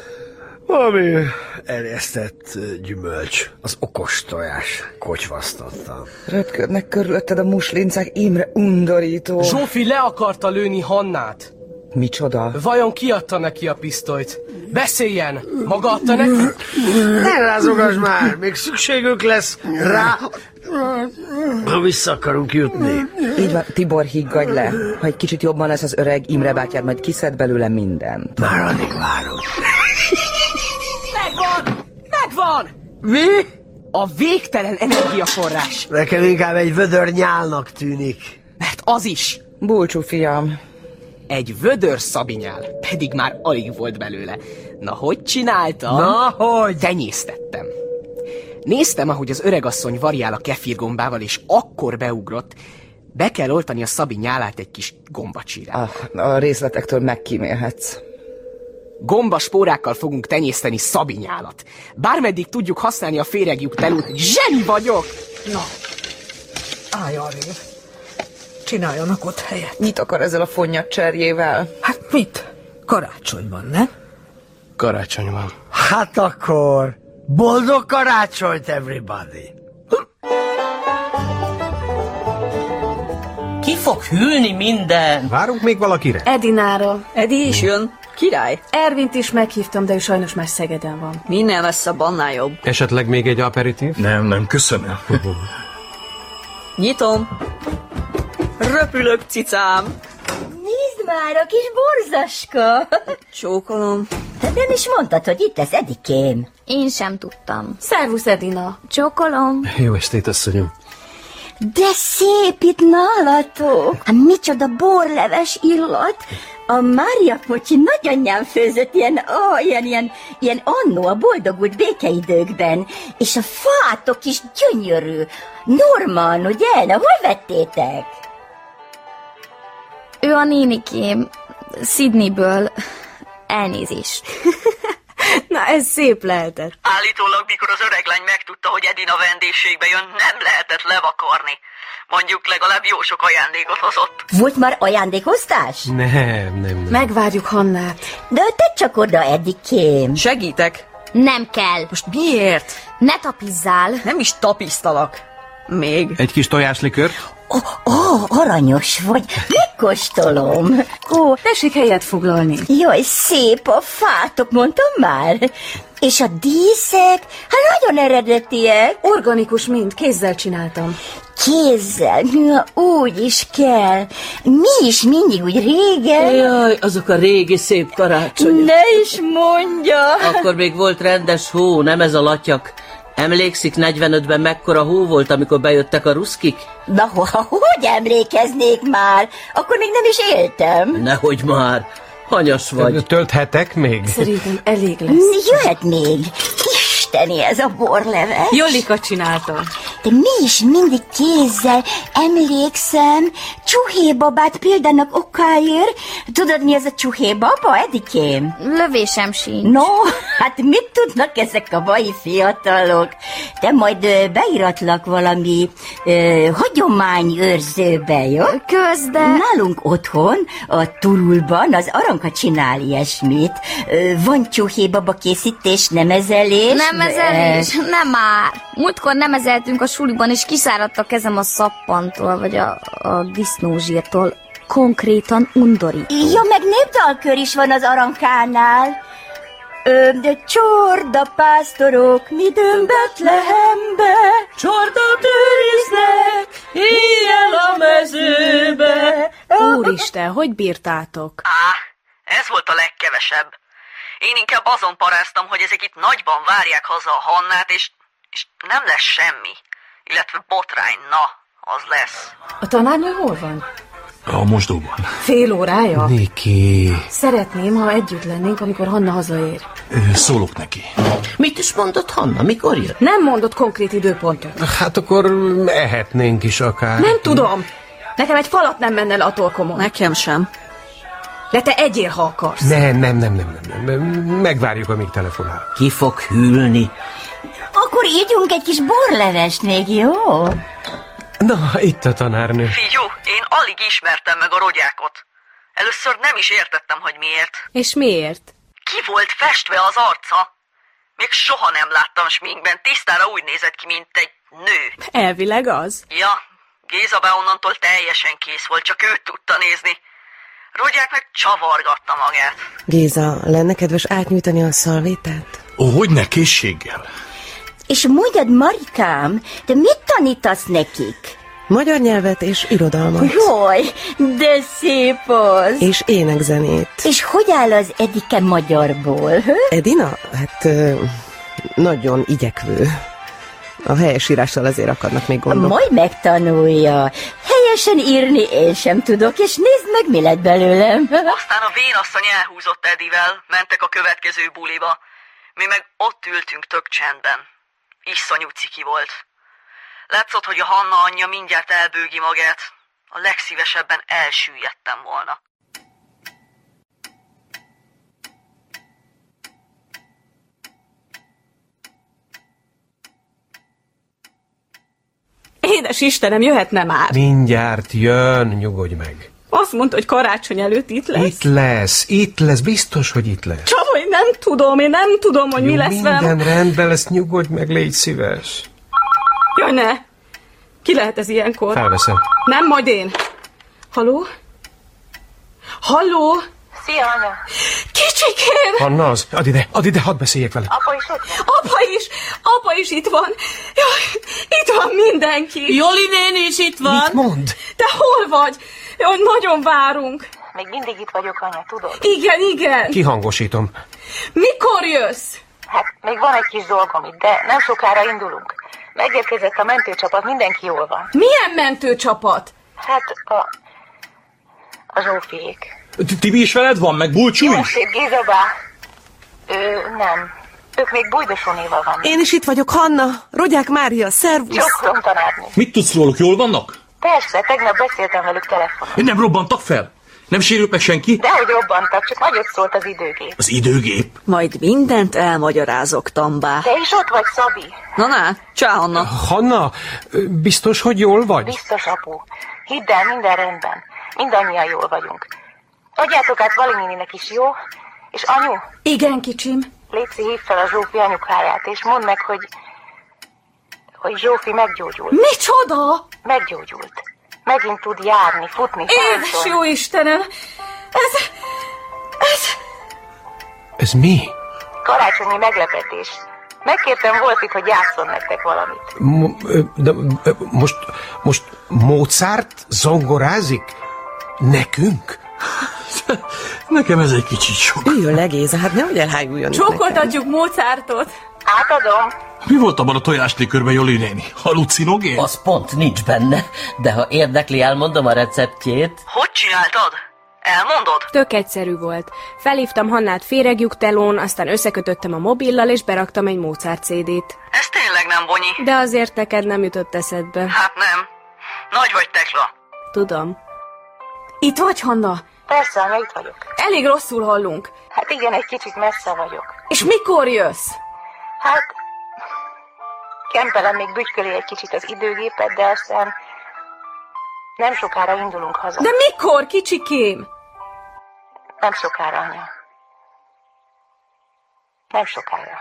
Speaker 5: Ami erjesztett ö, gyümölcs, az okos tojás kocsvasztottam.
Speaker 27: Röpködnek körülötted a muslincák, Imre undorító.
Speaker 26: Zsófi le akarta lőni Hannát.
Speaker 27: Micsoda?
Speaker 26: Vajon ki adta neki a pisztolyt? Beszéljen! Maga adta neki?
Speaker 5: Ne rázogass már, még szükségünk lesz rá, ha vissza akarunk jutni.
Speaker 27: Így van, Tibor, higgadj le. Ha egy kicsit jobban lesz az öreg, Imre bátyád majd kiszed belőle mindent.
Speaker 5: Már alig várunk.
Speaker 25: Megvan! Megvan!
Speaker 5: Mi?
Speaker 25: A végtelen energiaforrás.
Speaker 5: Nekem inkább egy vödör nyálnak tűnik.
Speaker 25: Mert az is.
Speaker 27: Bulcsú fiam.
Speaker 25: Egy vödör szabinyál, pedig már alig volt belőle. Na, hogy csináltam?
Speaker 5: Na,
Speaker 25: hogy? Tenyésztettem. Néztem, ahogy az öregasszony variál a kefirgombával, és akkor beugrott. Be kell oltani a Szabi nyálát egy kis gombacsíra.
Speaker 27: Ah, A, a részletektől megkímélhetsz.
Speaker 25: Gombaspórákkal fogunk tenyészteni Szabi nyálat. Bármeddig tudjuk használni a féregjuk telút, zseni vagyok! Na, állj arrébb. Csináljanak ott helyet.
Speaker 27: Mit akar ezzel a fonnyat cserjével?
Speaker 25: Hát mit?
Speaker 5: Karácsony van, ne?
Speaker 26: Karácsony van.
Speaker 5: Hát akkor boldog karácsonyt, everybody!
Speaker 28: Ki fog hűlni minden?
Speaker 8: Várunk még valakire?
Speaker 16: Edinára.
Speaker 22: Edi is jön. Király.
Speaker 16: Ervint is meghívtam, de ő sajnos már Szegeden van.
Speaker 22: Minél messzebb, annál jobb.
Speaker 8: Esetleg még egy aperitív?
Speaker 15: Nem, nem, köszönöm.
Speaker 22: Nyitom. Röpülök, cicám.
Speaker 14: Nézd már, a kis
Speaker 22: (laughs)
Speaker 14: borzaska!
Speaker 22: Csókolom.
Speaker 14: De Hát nem is mondtad, hogy itt lesz Edikém.
Speaker 11: Én sem tudtam.
Speaker 16: Szervusz, Edina.
Speaker 11: Csókolom.
Speaker 8: Jó estét, asszonyom.
Speaker 14: De szép itt nálatok! Hát micsoda borleves illat! A Mária Pocsi nagyanyám főzött ilyen, ó, ilyen, ilyen, ilyen annó a boldogult békeidőkben, és a fátok is gyönyörű. Norman, ugye? Na, hol vettétek?
Speaker 11: Ő a nénikém. Sydneyből. Elnézést.
Speaker 29: (laughs) Na, ez szép lehetett.
Speaker 12: Állítólag, mikor az öreg lány megtudta, hogy Edina vendégségbe jön, nem lehetett levakarni. Mondjuk legalább jó sok ajándékot hozott.
Speaker 14: Volt már ajándékoztás?
Speaker 8: Nem, nem, nem.
Speaker 14: Megvárjuk Hannát. De te csak oda, Edikém.
Speaker 22: Segítek.
Speaker 11: Nem kell.
Speaker 22: Most miért?
Speaker 11: Ne tapizzál.
Speaker 22: Nem is tapisztalak. Még.
Speaker 8: Egy kis tojáslikör?
Speaker 14: Ó, aranyos vagy. Megkóstolom. Ó,
Speaker 16: tessék helyet foglalni.
Speaker 14: Jaj, szép a fátok, mondtam már. És a díszek, hát nagyon eredetiek.
Speaker 16: Organikus mind, kézzel csináltam.
Speaker 14: Kézzel? Na, úgy is kell. Mi is mindig úgy régen.
Speaker 28: Jaj, azok a régi szép karácsonyok.
Speaker 14: Ne is mondja!
Speaker 28: Akkor még volt rendes hó, nem ez a latyak. Emlékszik 45-ben mekkora hó volt, amikor bejöttek a ruszkik?
Speaker 14: Na, ho- ha- hogy emlékeznék már? Akkor még nem is éltem.
Speaker 28: Nehogy már, hanyas vagy.
Speaker 8: Tölthetek még?
Speaker 16: Szerintem elég
Speaker 14: lesz. Jöhet még. Isteni ez a borleves.
Speaker 16: Jolika csinálta.
Speaker 14: De mi is mindig kézzel emlékszem, csuhébabát példának okáért. Tudod, mi ez a csuhébaba, Edikém?
Speaker 11: Lövésem sincs.
Speaker 14: No, hát mit tudnak ezek a mai fiatalok? Te majd ö, beiratlak valami ö, hagyományőrzőbe, jó?
Speaker 11: Közde!
Speaker 14: Nálunk otthon, a turulban az aranka csinál ilyesmit. Ö, van csuhébaba készítés, nemezelés.
Speaker 11: Nemezelés?
Speaker 14: ö,
Speaker 11: Nem már. Múltkor nemezeltünk a suliban, és kiszáradt a kezem a szappantól, vagy a, a disznózsírtól. Konkrétan undorító.
Speaker 14: Ja, meg népdalkör is van az arankánál. Ö, de csorda pásztorok, mi dömbet lehembe.
Speaker 28: Csorda tőriznek, éjjel a mezőbe.
Speaker 10: Úristen, hogy bírtátok?
Speaker 12: Á, ez volt a legkevesebb. Én inkább azon paráztam, hogy ezek itt nagyban várják haza a Hannát, és, és nem lesz semmi. Illetve botrány, na, az lesz.
Speaker 16: A tanárnő hol van?
Speaker 15: A mosdóban.
Speaker 16: Fél órája?
Speaker 15: Niki.
Speaker 16: Szeretném, ha együtt lennénk, amikor Hanna hazaér.
Speaker 15: Szólok neki.
Speaker 28: Mit is mondott Hanna, mikor jön?
Speaker 16: Nem mondott konkrét időpontot.
Speaker 5: Hát akkor ehetnénk is akár.
Speaker 16: Nem tudom. Nekem egy falat nem menne le a torkomon.
Speaker 22: Nekem sem.
Speaker 16: De te egyél, ha akarsz.
Speaker 5: Nem, nem, nem, nem, nem, nem. Megvárjuk, amíg telefonál.
Speaker 28: Ki fog hűlni?
Speaker 14: Akkor ígyunk egy kis borlevest még, jó?
Speaker 5: Na, itt a tanárnő.
Speaker 12: Figyú, én alig ismertem meg a rogyákot. Először nem is értettem, hogy miért.
Speaker 10: És miért?
Speaker 12: Ki volt festve az arca? Még soha nem láttam sminkben, tisztára úgy nézett ki, mint egy nő.
Speaker 10: Elvileg az.
Speaker 12: Ja, Géza be onnantól teljesen kész volt, csak őt tudta nézni. Rogyák meg csavargatta magát.
Speaker 27: Géza, lenne kedves átnyújtani a szalvétát?
Speaker 15: Ó, hogy ne készséggel?
Speaker 14: És mondjad, Marikám, de mit tanítasz nekik?
Speaker 27: Magyar nyelvet és irodalmat.
Speaker 14: Jaj, de szép az!
Speaker 27: És énekzenét.
Speaker 14: És hogy áll az Edike magyarból? hő?
Speaker 27: Edina? Hát ö, nagyon igyekvő. A helyesírással azért akadnak még gondok.
Speaker 14: Majd megtanulja. Helyesen írni én sem tudok, és nézd meg, mi lett belőlem.
Speaker 12: Aztán a vénasszony elhúzott Edivel, mentek a következő buliba. Mi meg ott ültünk tök csendben. Iszonyú ciki volt. Látszott, hogy a Hanna anyja mindjárt elbőgi magát. A legszívesebben elsüllyedtem volna.
Speaker 16: Édes Istenem, jöhetne már.
Speaker 5: Mindjárt jön, nyugodj meg.
Speaker 16: Azt mondta, hogy karácsony előtt itt lesz.
Speaker 5: Itt lesz, itt lesz, biztos, hogy itt lesz.
Speaker 16: Csaba, én nem tudom, én nem tudom, hogy mi
Speaker 5: Jó,
Speaker 16: lesz
Speaker 5: Minden
Speaker 16: velem.
Speaker 5: rendben lesz, nyugodj meg, légy szíves.
Speaker 16: Jaj, ne! Ki lehet ez ilyenkor?
Speaker 5: Felveszem.
Speaker 16: Nem, majd én. Haló? Halló?
Speaker 2: Szia, anya!
Speaker 16: Kicsikém!
Speaker 5: Hanna az, add ide, add ide, hadd beszéljek vele.
Speaker 2: Apa is ott van?
Speaker 16: Apa is, apa is itt van. Jaj, itt van mindenki.
Speaker 28: Joli néni is itt van. Mit
Speaker 5: mond?
Speaker 16: Te hol vagy? Jaj, nagyon várunk.
Speaker 2: Még mindig itt vagyok, anya, tudod?
Speaker 16: Igen, igen.
Speaker 5: Kihangosítom.
Speaker 16: Mikor jössz?
Speaker 2: Hát, még van egy kis dolgom itt, de nem sokára indulunk. Megérkezett a mentőcsapat, mindenki jól van.
Speaker 16: Milyen mentőcsapat?
Speaker 2: Hát, a... a Zsófiék.
Speaker 15: Tibi is veled van, meg Bulcsú
Speaker 2: Jó
Speaker 15: is?
Speaker 2: estét, Géza bá! Ő nem. Ők még Bújdosonéval vannak.
Speaker 27: Én is itt vagyok, Hanna, Rogyák Mária, szervusz!
Speaker 2: Csokrom tanárnő.
Speaker 15: Mit tudsz róluk, jól vannak?
Speaker 2: Persze, tegnap beszéltem velük telefonon.
Speaker 15: Nem robbantak fel? Nem sérült meg senki?
Speaker 2: Dehogy robbantak, csak nagyot szólt az időgép.
Speaker 15: Az időgép.
Speaker 22: Majd mindent elmagyarázok, Tambá.
Speaker 2: Te is ott vagy, Szabi?
Speaker 22: Na, na, csá, Anna.
Speaker 5: Hanna, ö, biztos, hogy jól vagy?
Speaker 2: Biztos, apu. Hidd el, minden rendben. Mindannyian jól vagyunk. Adjátok át Valininek is, jó? És anyu?
Speaker 16: Igen, kicsim.
Speaker 2: Léci, hívd fel a Zsófi anyukáját, és mondd meg, hogy... hogy Zsófi meggyógyult.
Speaker 16: Micsoda?
Speaker 2: Meggyógyult. Megint tud járni, futni,
Speaker 16: Édes jó Istenem! Ez... ez...
Speaker 5: Ez mi?
Speaker 2: Karácsonyi meglepetés. Megkértem Wolfit, hogy játszon nektek valamit.
Speaker 5: Mo- ö, de, ö, most, most Mozart zongorázik? Nekünk?
Speaker 15: Nekem ez egy kicsit sok.
Speaker 27: Üljön le, Géza, hát nehogy elhájuljon. itt
Speaker 16: Csókoltatjuk Mozartot.
Speaker 2: Átadom.
Speaker 15: Mi volt abban a tojáslikörben, Joli néni? Halucinogén?
Speaker 28: Az pont nincs benne, de ha érdekli, elmondom a receptjét.
Speaker 12: Hogy csináltad? Elmondod?
Speaker 10: Tök egyszerű volt. Felhívtam Hannát féregjuk telón, aztán összekötöttem a mobillal, és beraktam egy Mozart CD-t.
Speaker 12: Ez tényleg nem bonyi.
Speaker 10: De azért neked nem jutott eszedbe.
Speaker 12: Hát nem. Nagy vagy tekla.
Speaker 10: Tudom.
Speaker 16: Itt vagy, Hanna?
Speaker 23: Persze, Anna, itt vagyok.
Speaker 16: Elég rosszul hallunk.
Speaker 23: Hát igen, egy kicsit messze vagyok.
Speaker 16: És mikor jössz?
Speaker 23: Hát, kempelem még bütyköli egy kicsit az időgépet, de aztán nem sokára indulunk haza.
Speaker 16: De mikor, kicsikém?
Speaker 23: Nem sokára, anya. Nem sokára.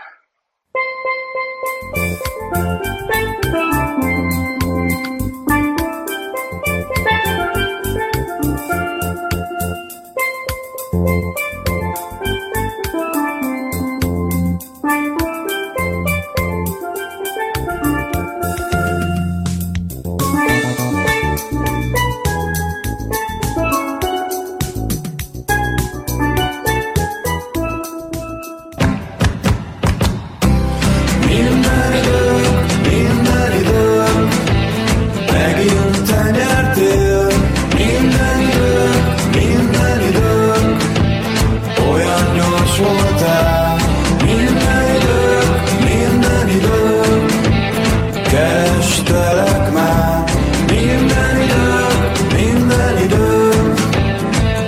Speaker 7: Minden idők, megint te nyertél. Minden idők, minden idők, olyan gyors voltál. Minden idők, minden idők, kerestelek már. Minden idők, minden idők,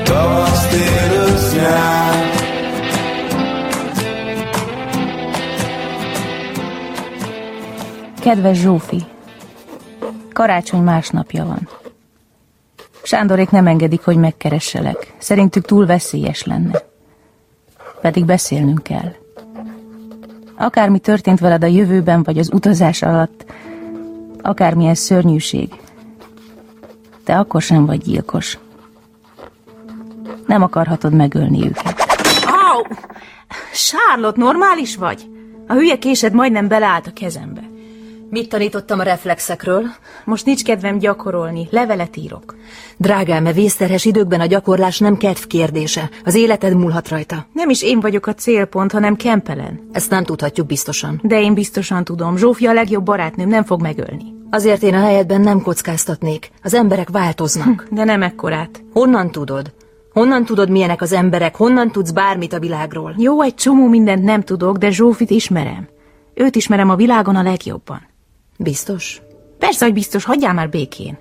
Speaker 7: tavasz, tél, ősz, nyár.
Speaker 2: Kedves Zsófi, karácsony másnapja van. Sándorék nem engedik, hogy megkeresselek. Szerintük túl veszélyes lenne. Pedig beszélnünk kell. Akármi történt veled a jövőben vagy az utazás alatt, akármilyen szörnyűség, te akkor sem vagy gyilkos. Nem akarhatod megölni őket. Au! Sárlott, normális vagy? A hülye késed majdnem beleállt a kezembe. Mit tanítottam a reflexekről? Most nincs kedvem gyakorolni, levelet írok.
Speaker 4: Drágám, e vészterhes időkben a gyakorlás nem kedv kérdése. Az életed múlhat rajta.
Speaker 2: Nem is én vagyok a célpont, hanem Kempelen.
Speaker 4: Ezt nem tudhatjuk biztosan.
Speaker 2: De én biztosan tudom, Zsófia a legjobb barátnőm, nem fog megölni.
Speaker 4: Azért én a helyedben nem kockáztatnék. Az emberek változnak.
Speaker 2: De nem ekkorát.
Speaker 4: Honnan tudod? Honnan tudod, milyenek az emberek? Honnan tudsz bármit a világról?
Speaker 2: Jó, egy csomó mindent nem tudok, de Zsófit ismerem. Őt ismerem a világon a legjobban.
Speaker 4: Biztos?
Speaker 2: Persze, hogy biztos, hagyjál már békén.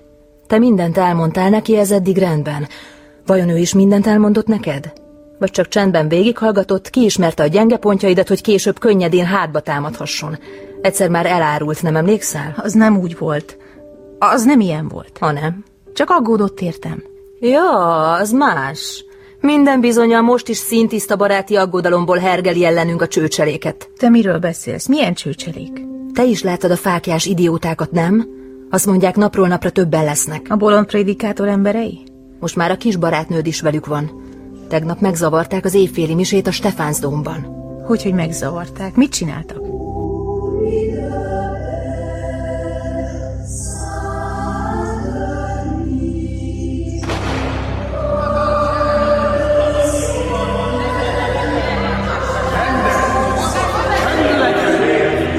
Speaker 4: Te mindent elmondtál neki, ez eddig rendben. Vajon ő is mindent elmondott neked? Vagy csak csendben végighallgatott, kiismerte a gyenge pontjaidat, hogy később könnyedén hátba támadhasson. Egyszer már elárult, nem emlékszel?
Speaker 2: Az nem úgy volt. Az nem ilyen volt.
Speaker 4: Ha nem?
Speaker 2: Csak aggódott értem.
Speaker 4: Ja, az más. Minden bizonyal most is szintiszta baráti aggodalomból hergeli ellenünk a csőcseléket.
Speaker 2: Te miről beszélsz? Milyen csőcselék?
Speaker 4: Te is láttad a fákjás idiótákat, nem? Azt mondják, napról napra többen lesznek.
Speaker 2: A bolond prédikátor emberei?
Speaker 4: Most már a kis barátnőd is velük van. Tegnap megzavarták az évféli misét a Stefánsdomban.
Speaker 2: Hogy, hogy megzavarták? Mit csináltak?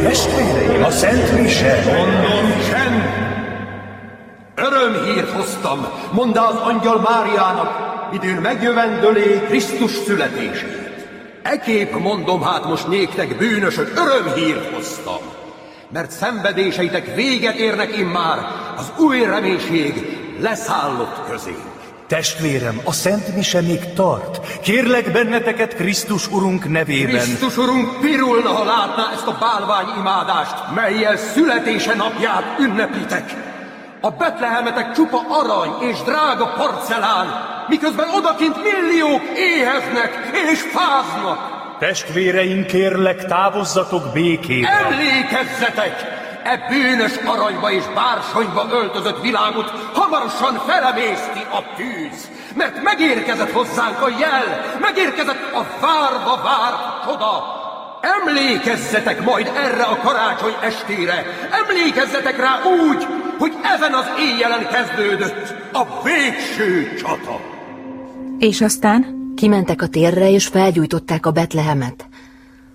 Speaker 7: Testvéreim, a Szent Mise!
Speaker 8: Mondom, csend! Örömhírt hoztam, mondán angyal Máriának, idén megjövendölé Krisztus születését. Ekép mondom hát most néktek bűnösök, örömhírt hoztam. Mert szenvedéseitek véget érnek immár, az új reménység leszállott közénk.
Speaker 13: Testvérem, a Szent Mise még tart. Kérlek benneteket Krisztus Urunk nevében.
Speaker 8: Krisztus Urunk pirulna, ha látná ezt a bálvány imádást, melyel születése napját ünnepítek. A betlehemetek csupa arany és drága porcelán, miközben odakint milliók éheznek és fáznak.
Speaker 13: Testvéreim, kérlek, távozzatok békében.
Speaker 8: Emlékezzetek! E bűnös aranyba és bársonyba öltözött világot hamarosan felemészti a tűz, mert megérkezett hozzánk a jel, megérkezett a várva várt csoda. Emlékezzetek majd erre a karácsony estére, emlékezzetek rá úgy, hogy ezen az éjjelen kezdődött a végső csata.
Speaker 2: És aztán?
Speaker 4: Kimentek a térre, és felgyújtották a Betlehemet.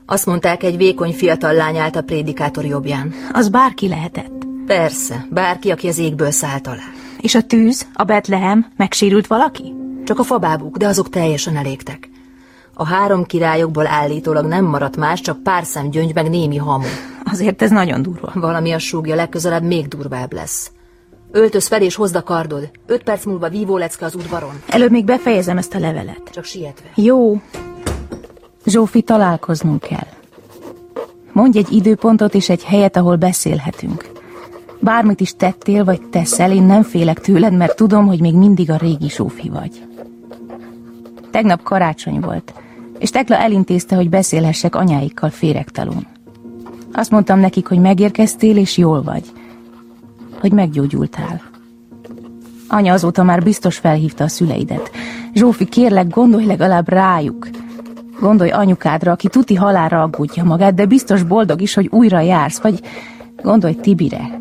Speaker 4: Azt mondták, egy vékony fiatal lány állt a prédikátor jobbján.
Speaker 2: Az bárki lehetett.
Speaker 4: Persze, bárki, aki az égből szállt alá.
Speaker 2: És a tűz, a Betlehem, megsérült valaki?
Speaker 4: Csak a fabábuk, de azok teljesen elégtek. A három királyokból állítólag nem maradt más, csak pár szem gyöngy meg némi hamu.
Speaker 2: Azért ez nagyon durva.
Speaker 4: Valami a súgja legközelebb még durvább lesz.
Speaker 30: Öltöz fel és hozd a kardod. Öt perc múlva vívó lecke az udvaron.
Speaker 2: Előbb még befejezem ezt a levelet.
Speaker 30: Csak sietve.
Speaker 2: Jó. Zsófi, találkoznunk kell. Mondj egy időpontot és egy helyet, ahol beszélhetünk. Bármit is tettél vagy teszel, én nem félek tőled, mert tudom, hogy még mindig a régi Zsófi vagy. Tegnap karácsony volt, és Tekla elintézte, hogy beszélhessek anyáikkal féregtalón. Azt mondtam nekik, hogy megérkeztél és jól vagy. Hogy meggyógyultál. Anya azóta már biztos felhívta a szüleidet. Zsófi, kérlek, gondolj legalább rájuk. Gondolj anyukádra, aki tuti halára aggódja magát, de biztos boldog is, hogy újra jársz, vagy gondolj Tibire,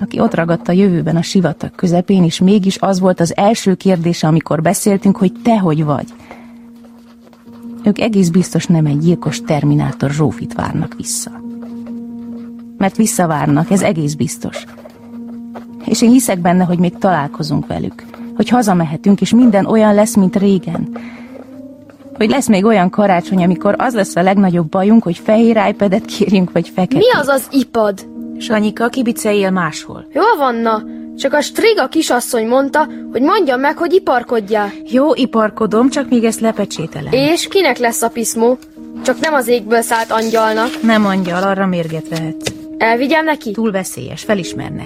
Speaker 2: aki ott ragadt a jövőben a sivatag közepén, és mégis az volt az első kérdése, amikor beszéltünk, hogy te hogy vagy. Ők egész biztos nem egy gyilkos terminátor Zsófit várnak vissza. Mert visszavárnak, ez egész biztos. És én hiszek benne, hogy még találkozunk velük. Hogy hazamehetünk, és minden olyan lesz, mint régen. Hogy lesz még olyan karácsony, amikor az lesz a legnagyobb bajunk, hogy fehér iPad-et kérjünk, vagy fekete.
Speaker 24: Mi az az ipad?
Speaker 2: Sanyika, kibiceljél máshol.
Speaker 24: Jól vanna, csak a Striga kisasszony mondta, hogy mondjam meg, hogy iparkodjál.
Speaker 2: Jó, iparkodom, csak még ezt lepecsételem.
Speaker 24: És kinek lesz a piszmó? Csak nem az égből szállt angyalnak.
Speaker 2: Nem angyal, arra mérget vehetsz.
Speaker 24: Elvigyem neki?
Speaker 2: Túl veszélyes, felismerne.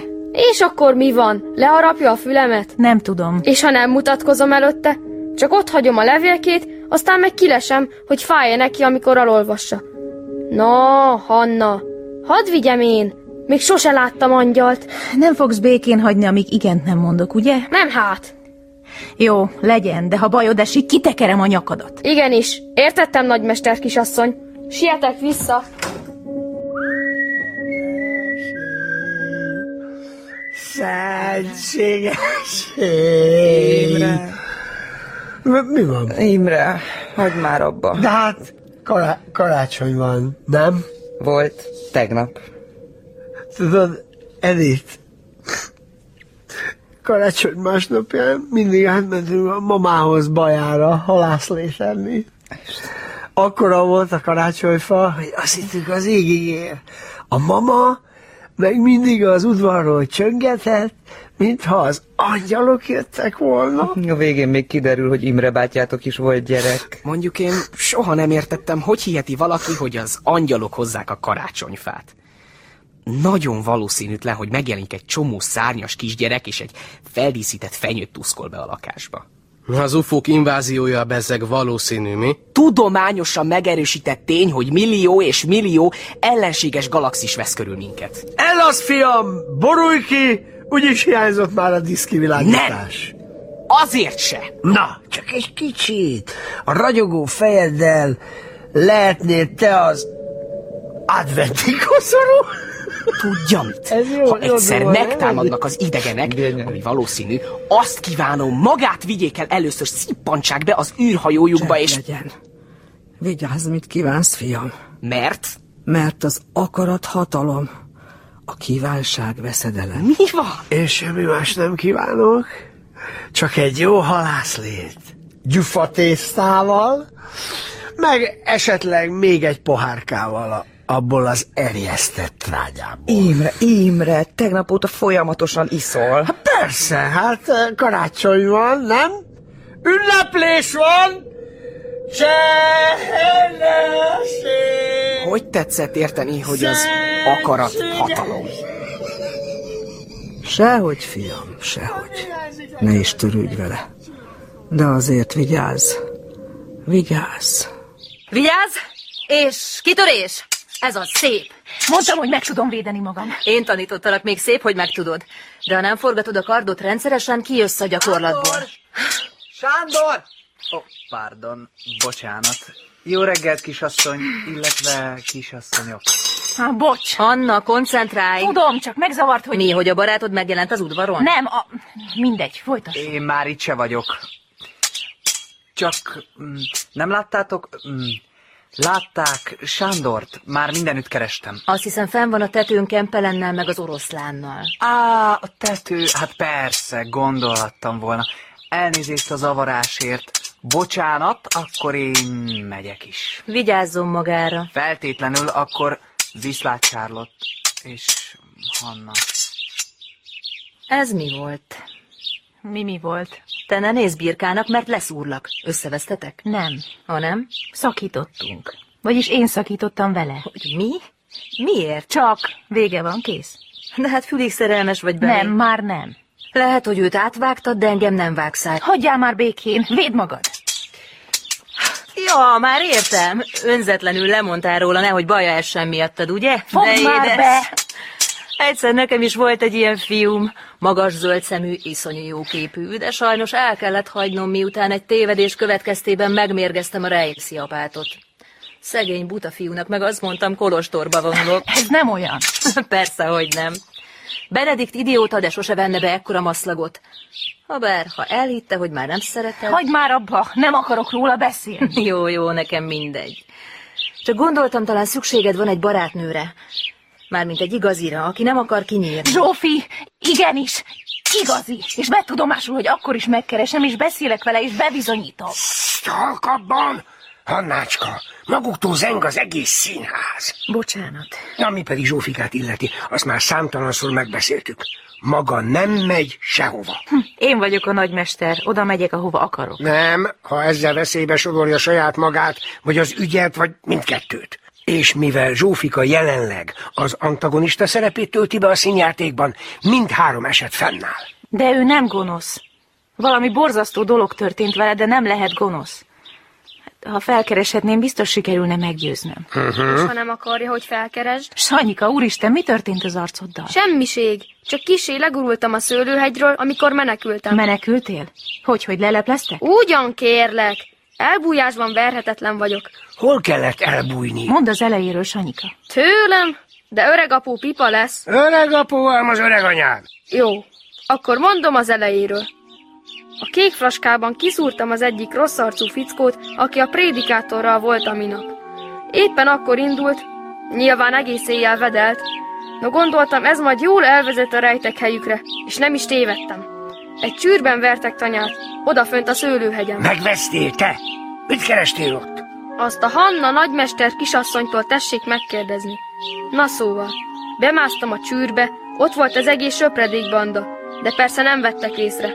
Speaker 24: És akkor mi van? Leharapja a fülemet?
Speaker 2: Nem tudom.
Speaker 24: És ha nem mutatkozom előtte? Csak ott hagyom a levélkét, aztán meg kilesem, hogy fájja neki, amikor alolvassa. Na, Hanna, hadd vigyem én. Még sose láttam angyalt.
Speaker 2: Nem fogsz békén hagyni, amíg igent nem mondok, ugye?
Speaker 24: Nem hát.
Speaker 2: Jó, legyen, de ha bajod esik, kitekerem a nyakadat.
Speaker 24: Igenis, értettem, nagymester kisasszony. Sietek vissza.
Speaker 5: Szentséges ég. Mi- Mi van?
Speaker 31: Imre, hagyd már abba.
Speaker 5: De hát kará- karácsony van, nem?
Speaker 31: Volt tegnap.
Speaker 5: Tudod, Edith, karácsony másnapján mindig átmentünk a mamához bajára halászlét enni. Akkora volt a karácsonyfa, hogy azt hittük az égig ér. A mama meg mindig az udvarról csöngetett, mintha az angyalok jöttek volna.
Speaker 31: A végén még kiderül, hogy Imre bátyátok is volt gyerek.
Speaker 25: Mondjuk én soha nem értettem, hogy hiheti valaki, hogy az angyalok hozzák a karácsonyfát. Nagyon valószínűtlen, hogy megjelenik egy csomó szárnyas kisgyerek, és egy feldíszített fenyőt tuszkol be a lakásba.
Speaker 26: Az ufók inváziója bezzeg valószínű, mi?
Speaker 25: Tudományosan megerősített tény, hogy millió és millió ellenséges galaxis vesz körül minket.
Speaker 5: El az, fiam! Borulj ki! Úgyis hiányzott már a diszkivilágítás.
Speaker 25: Azért se!
Speaker 5: Na, csak egy kicsit. A ragyogó fejeddel lehetnél te az adventi koszorú?
Speaker 25: Tudja mit? Ez jó, ha egyszer megtámadnak az idegenek, ami valószínű, azt kívánom, magát vigyék el először, szippantsák be az űrhajójukba, és...
Speaker 22: legyen. Vigyázz, mit kívánsz, fiam.
Speaker 25: Mert?
Speaker 22: Mert az akarat hatalom, a kívánság veszedelem.
Speaker 25: Mi van?
Speaker 5: Én semmi más nem kívánok, csak egy jó halászlét. Gyufatésztával, meg esetleg még egy pohárkával a, abból az erjesztett trágyából.
Speaker 31: Imre, Imre, tegnap óta folyamatosan iszol. Hát
Speaker 5: persze, hát eh, karácsony van, nem? Ünneplés van! Csehellenség!
Speaker 25: Hogy tetszett érteni, hogy az
Speaker 8: Hát,
Speaker 25: akarat hatalom?
Speaker 22: Sehogy, fiam, sehogy. Ne is törődj vele. De azért vigyázz. Vigyázz.
Speaker 4: Vigyázz, és kitörés! Ez az szép!
Speaker 2: Mondtam, hogy meg tudom védeni magam.
Speaker 4: Én tanítottalak még szép, hogy megtudod. De ha nem forgatod a kardot rendszeresen, kijössz a gyakorlatból.
Speaker 19: Sándor! Ó, oh, pardon, bocsánat. Jó reggelt, kisasszony, illetve kisasszonyok.
Speaker 4: Há, bocs! Anna, koncentrálj!
Speaker 2: Tudom, csak megzavart, hogy...
Speaker 4: Mi, hogy a barátod megjelent az udvaron?
Speaker 2: Nem, a... mindegy, folytasd.
Speaker 19: Én már itt se vagyok. Csak mm, nem láttátok? Mm, látták Sándort, már mindenütt kerestem.
Speaker 4: Azt hiszem, fenn van a tetőn Kempelennel meg az oroszlánnal.
Speaker 19: Á, a tető, hát persze, gondolhattam volna. Elnézést a zavarásért. Bocsánat, akkor én megyek is.
Speaker 4: Vigyázzon magára.
Speaker 19: Feltétlenül akkor viszlát Charlotte és Hanna.
Speaker 4: Ez mi volt?
Speaker 2: Mi mi volt?
Speaker 4: Te ne nézz birkának, mert leszúrlak. Összevesztetek?
Speaker 2: Nem.
Speaker 4: Ha nem?
Speaker 2: Szakítottunk. Vagyis én szakítottam vele.
Speaker 4: Hogy mi? Miért? Csak.
Speaker 2: Vége van, kész.
Speaker 4: De hát fülig szerelmes vagy belé.
Speaker 2: Nem, már nem.
Speaker 4: Lehet, hogy őt átvágtad, de engem nem vágsz át.
Speaker 2: Hagyjál már békén, véd magad.
Speaker 4: Ja, már értem. Önzetlenül lemondtál róla, nehogy baja essen miattad, ugye?
Speaker 2: Fogd már
Speaker 4: édes.
Speaker 2: be!
Speaker 4: Egyszer nekem is volt egy ilyen fiúm, magas zöld szemű, iszonyú jó képű, de sajnos el kellett hagynom, miután egy tévedés következtében megmérgeztem a rejsziapátot. Szegény buta fiúnak meg azt mondtam, kolostorba vonulok.
Speaker 2: Ez nem olyan.
Speaker 4: (laughs) Persze, hogy nem. Benedikt idióta, de sose venne be ekkora maszlagot. Haber, ha elhitte, hogy már nem szereted...
Speaker 2: Hagyd már abba, nem akarok róla beszélni.
Speaker 4: (laughs) Jó, jó, nekem mindegy. Csak gondoltam, talán szükséged van egy barátnőre. Mármint egy igazira, aki nem akar kinyírni.
Speaker 2: Zsófi, igenis, igazi. És betudomásul, hogy akkor is megkeresem, és beszélek vele, és bebizonyítom.
Speaker 18: Halkabban! Hannácska, maguktól zeng az egész színház.
Speaker 2: Bocsánat.
Speaker 18: Ami pedig Zsófikát illeti, azt már számtalanszor megbeszéltük. Maga nem megy sehova.
Speaker 4: Hm,
Speaker 2: Én vagyok a nagymester, oda megyek, ahova akarok.
Speaker 18: Nem, ha ezzel veszélybe sodorja saját magát, vagy az ügyet, vagy mindkettőt. És mivel Zsófika jelenleg az antagonista szerepét tölti be a színjátékban, mindhárom eset fennáll.
Speaker 2: De ő nem gonosz. Valami borzasztó dolog történt vele, de nem lehet gonosz. Hát, Ha felkereshetném, biztos sikerülne meggyőznöm.
Speaker 24: És ha nem akarja, hogy felkeresd?
Speaker 2: Sanyika, úristen, mi történt az arcoddal?
Speaker 24: Semmiség. Csak kisé legurultam a szőlőhegyről, amikor menekültem.
Speaker 2: Menekültél? Hogy, hogy lelepleztek?
Speaker 24: Ugyan kérlek. Elbújásban verhetetlen vagyok.
Speaker 18: Hol kellett elbújni?
Speaker 2: Mondd az elejéről, Sanyika.
Speaker 24: Tőlem? De öregapó pipa lesz.
Speaker 18: Öregapó ám az öreg anyád.
Speaker 24: Jó. Akkor mondom az elejéről. A kék flaskában kiszúrtam az egyik rossz arcú fickót, aki a prédikátorral volt a minap. Éppen akkor indult, nyilván egész éjjel vedelt. No gondoltam, ez majd jól elvezet a rejtek helyükre, és nem is tévedtem. Egy csűrben vertek tanyát, odafönt a szőlőhegyen.
Speaker 18: Megvesztél te? Mit kerestél ott?
Speaker 24: Azt a Hanna nagymester kisasszonytól tessék megkérdezni. Na szóval, bemásztam a csűrbe, ott volt az egész söpredék banda, de persze nem vettek észre.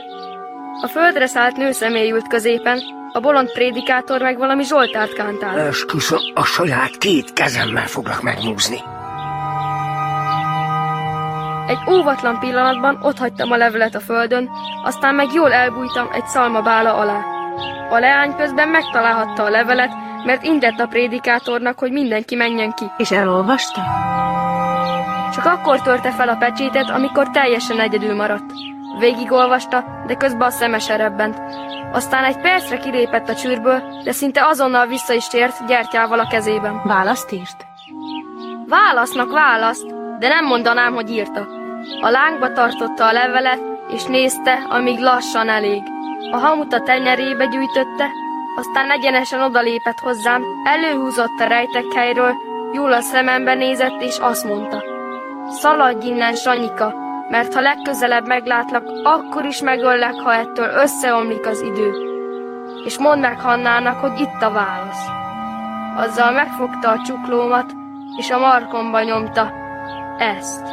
Speaker 24: A földre szállt nőszemély ült középen, a bolond prédikátor meg valami Zsoltárt kántál.
Speaker 18: Esküszöm, a saját két kezemmel foglak megnyúzni.
Speaker 24: Egy óvatlan pillanatban ott hagytam a levelet a földön, aztán meg jól elbújtam egy szalmabála alá. A leány közben megtalálhatta a levelet, mert intett a prédikátornak, hogy mindenki menjen ki.
Speaker 2: És elolvasta?
Speaker 24: Csak akkor törte fel a pecsétet, amikor teljesen egyedül maradt. Végigolvasta, de közben a szeme se rebbent. Aztán egy percre kilépett a csűrből, de szinte azonnal vissza is tért gyertyával a kezében.
Speaker 2: Választ írt?
Speaker 24: Válasznak választ, de nem mondanám, hogy írta. A lángba tartotta a levelet, és nézte, amíg lassan elég. A hamut a tenyerébe gyűjtötte, aztán egyenesen odalépett hozzám, előhúzott a rejtek helyről, jól a szemembe nézett, és azt mondta. Szaladj innen, Sanyika, mert ha legközelebb meglátlak, akkor is megöllek, ha ettől összeomlik az idő. És mondd meg Hannának, hogy itt a válasz. Azzal megfogta a csuklómat, és a markomba nyomta. Ezt.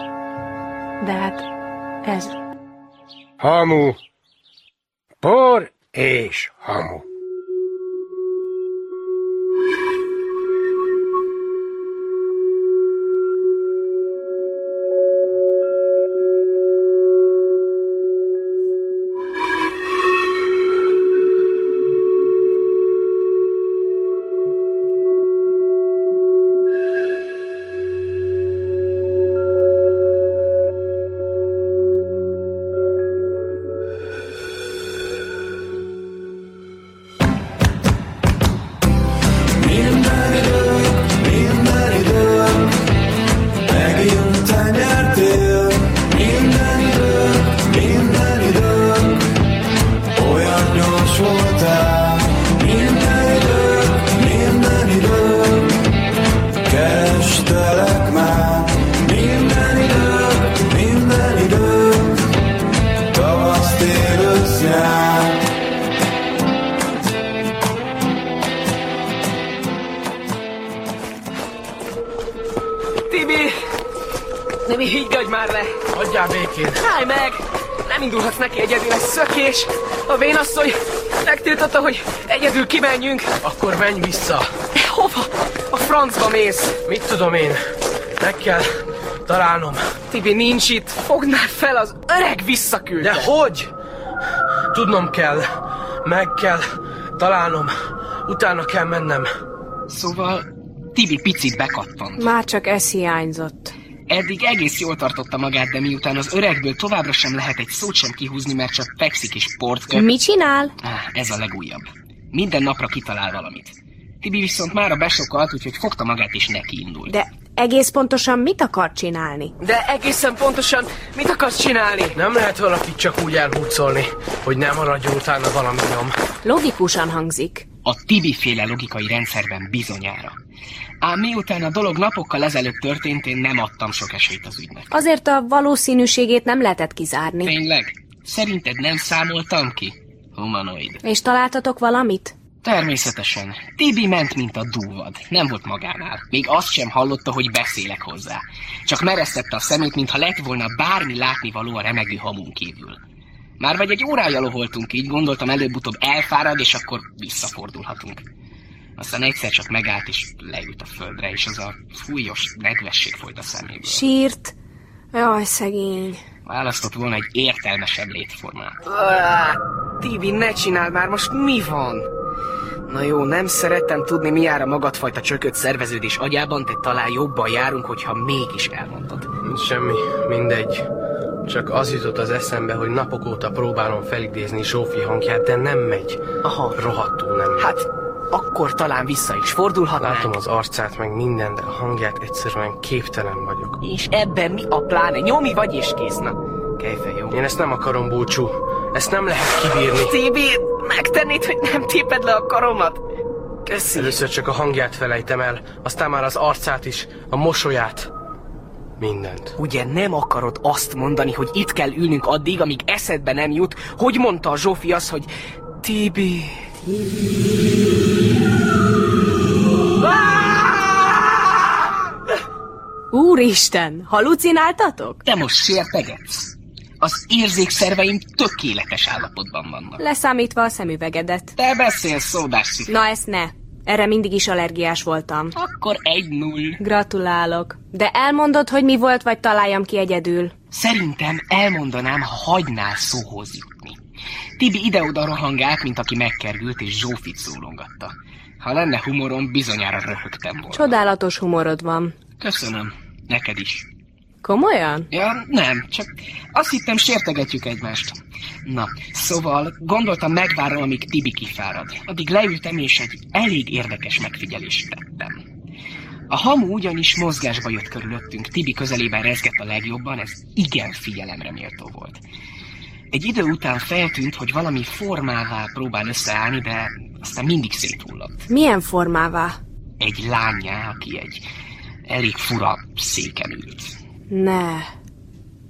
Speaker 2: De hát ez...
Speaker 18: Hamu. Por és hamu. Minden idő, minden idő, megint te nyertél. Minden idő, minden idő, olyan gyors voltál. Minden idő, minden idő, kerestelek már. Minden idő, minden idő, tavasz, tél, ősz, nyár.
Speaker 26: Tibi! Nem így higgadj már le! Hagyjál békén! Állj meg!
Speaker 27: Nem indulhatsz neki egyedül, ez szökés. A vénasszony megtiltotta, hogy egyedül kimenjünk.
Speaker 26: Akkor menj vissza.
Speaker 27: Hova? A francba mész.
Speaker 26: Mit tudom én? Meg kell találnom.
Speaker 27: Tibi nincs itt. Fogd már fel, az öreg visszaküldte.
Speaker 26: De hogy? Tudnom kell. Meg kell találnom. Utána kell mennem.
Speaker 25: Szóval Tibi picit bekattant.
Speaker 10: Már csak ez hiányzott.
Speaker 25: Eddig egész jól tartotta magát, de miután az öregből továbbra sem lehet egy szót sem kihúzni, mert csak fekszik és port köp.
Speaker 10: Mit csinál?
Speaker 25: Á, ez a legújabb. Minden napra kitalál valamit. Tibi viszont már a besokalt, úgyhogy fogta magát és neki indult.
Speaker 10: De egész pontosan mit akar csinálni?
Speaker 27: De egészen pontosan mit akarsz csinálni?
Speaker 26: Nem lehet valakit csak úgy elhúzolni, hogy nem maradjon utána valami nyom.
Speaker 10: Logikusan hangzik.
Speaker 25: A Tibi féle logikai rendszerben bizonyára. Ám miután a dolog napokkal ezelőtt történt, én nem adtam sok esélyt az ügynek.
Speaker 10: Azért a valószínűségét nem lehetett kizárni.
Speaker 25: Tényleg? Szerinted nem számoltam ki? Humanoid.
Speaker 10: És találtatok valamit?
Speaker 25: Természetesen. Tibi ment, mint a dúvad. Nem volt magánál. Még azt sem hallotta, hogy beszélek hozzá. Csak meresztette a szemét, mintha lett volna bármi látnivaló a remegő hamun kívül. Már vagy egy órája loholtunk így, gondoltam előbb-utóbb elfárad, és akkor visszafordulhatunk. Aztán egyszer csak megállt, és leült a földre, és az a fújos nedvesség folyt a szeméből.
Speaker 10: Sírt? Jaj, szegény.
Speaker 25: Választott volna egy értelmesebb létformát.
Speaker 27: Á, Tibi, ne csinál már, most mi van?
Speaker 25: Na jó, nem szerettem tudni, mi jár a magadfajta csökött szerveződés agyában, de talán jobban járunk, hogyha mégis elmondod.
Speaker 26: Nincs semmi, mindegy. Csak az jutott az eszembe, hogy napok óta próbálom felidézni Zsófi hangját, de nem megy.
Speaker 25: Aha.
Speaker 26: Rohadtul nem megy.
Speaker 25: Hát, akkor talán vissza is fordulhatnánk.
Speaker 26: Látom az arcát, meg minden, de a hangját egyszerűen képtelen vagyok.
Speaker 25: És ebben mi a pláne? Nyomi vagy és kész, na. Kejfe, jó?
Speaker 26: Én ezt nem akarom, búcsú. Ezt nem lehet kibírni.
Speaker 25: Tibi, megtennéd, hogy nem téped le a karomat?
Speaker 26: Köszi. Először csak a hangját felejtem el, aztán már az arcát is, a mosolyát. Mindent.
Speaker 25: Ugye nem akarod azt mondani, hogy itt kell ülnünk addig, amíg eszedbe nem jut, hogy mondta a Zsófi az, hogy Tibi...
Speaker 10: Úristen, halucináltatok?
Speaker 25: Te most sértegetsz. Az érzékszerveim tökéletes állapotban vannak.
Speaker 10: Leszámítva a szemüvegedet.
Speaker 25: Te beszélsz szódás szifra.
Speaker 10: Na ezt ne. Erre mindig is allergiás voltam.
Speaker 25: Akkor egy null.
Speaker 10: Gratulálok. De elmondod, hogy mi volt, vagy találjam ki egyedül.
Speaker 25: Szerintem elmondanám, ha hagynál szóhoz jutni. Tibi ide-oda rohangált, mint aki megkerült, és Zsófit szólongatta. Ha lenne humorom, bizonyára röhögtem volna.
Speaker 10: Csodálatos humorod van.
Speaker 25: Köszönöm. Neked is.
Speaker 10: Komolyan?
Speaker 25: Ja, nem, csak azt hittem sértegetjük egymást. Na, szóval gondoltam megvárom, amíg Tibi kifárad. Addig leültem és egy elég érdekes megfigyelést tettem. A hamu ugyanis mozgásba jött körülöttünk, Tibi közelében rezgett a legjobban, ez igen figyelemre méltó volt. Egy idő után feltűnt, hogy valami formává próbál összeállni, de aztán mindig széthullott.
Speaker 10: Milyen formává?
Speaker 25: Egy lányá, aki egy elég fura széken ült.
Speaker 10: Ne.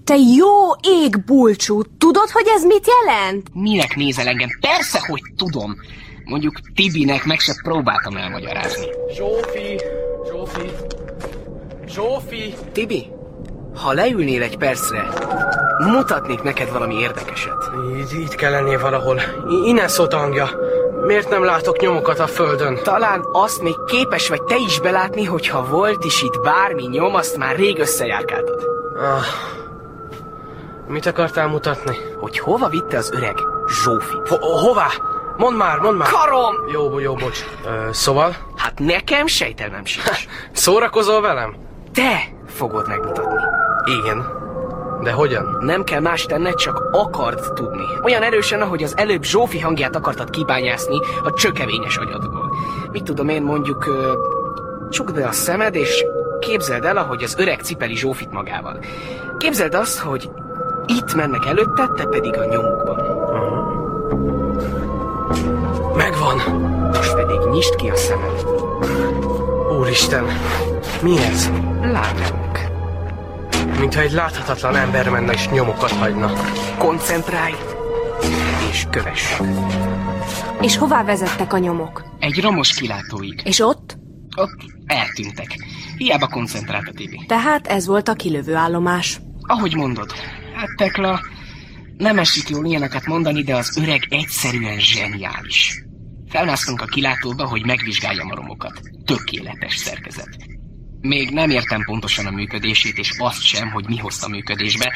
Speaker 10: Te jó ég, bulcsú! Tudod, hogy ez mit jelent?
Speaker 25: Minek nézel engem? Persze, hogy tudom! Mondjuk Tibinek meg se próbáltam elmagyarázni.
Speaker 26: Zsófi! Zsófi! Zsófi!
Speaker 25: Tibi, ha leülnél egy percre, mutatnék neked valami érdekeset.
Speaker 26: Itt, itt kell lennie valahol. I- innen szólt a hangja. Miért nem látok nyomokat a földön?
Speaker 25: Talán azt még képes vagy te is belátni, hogyha volt is itt bármi nyom, azt már rég összejárkáltad.
Speaker 26: Ah, mit akartál mutatni?
Speaker 25: Hogy hova vitte az öreg Zsófit?
Speaker 26: Ho- hová? Mondd már, mondd már!
Speaker 25: Karom!
Speaker 26: Jó, jó, bocs. Ö, szóval?
Speaker 25: Hát nekem sejtelmem sincs.
Speaker 26: (laughs) Szórakozol velem?
Speaker 25: Te fogod megmutatni.
Speaker 26: Igen. De hogyan?
Speaker 25: Nem kell más tenned, csak akart tudni. Olyan erősen, ahogy az előbb Zsófi hangját akartad kibányászni a csökevényes agyadból. Mit tudom én, mondjuk... Ö, csukd be a szemed, és képzeld el, ahogy az öreg cipeli Zsófit magával. Képzeld azt, hogy itt mennek előtte, te pedig a nyomukban.
Speaker 26: Megvan!
Speaker 25: Most pedig nyisd ki a szemed.
Speaker 26: Úristen! Mi ez?
Speaker 25: Lábnyomok.
Speaker 26: Mintha egy láthatatlan ember menne és nyomokat hagyna.
Speaker 25: Koncentrálj, és kövess.
Speaker 10: És hová vezettek a nyomok?
Speaker 25: Egy romos kilátóig.
Speaker 10: És ott?
Speaker 25: Ott eltűntek. Hiába koncentrált a tévé.
Speaker 10: Tehát ez volt a kilövő állomás.
Speaker 25: Ahogy mondod, hát Tekla, Nem esik jól ilyeneket mondani, de az öreg egyszerűen zseniális. Felmásztunk a kilátóba, hogy megvizsgáljam a romokat. Tökéletes szerkezet. Még nem értem pontosan a működését, és azt sem, hogy mi hozta működésbe,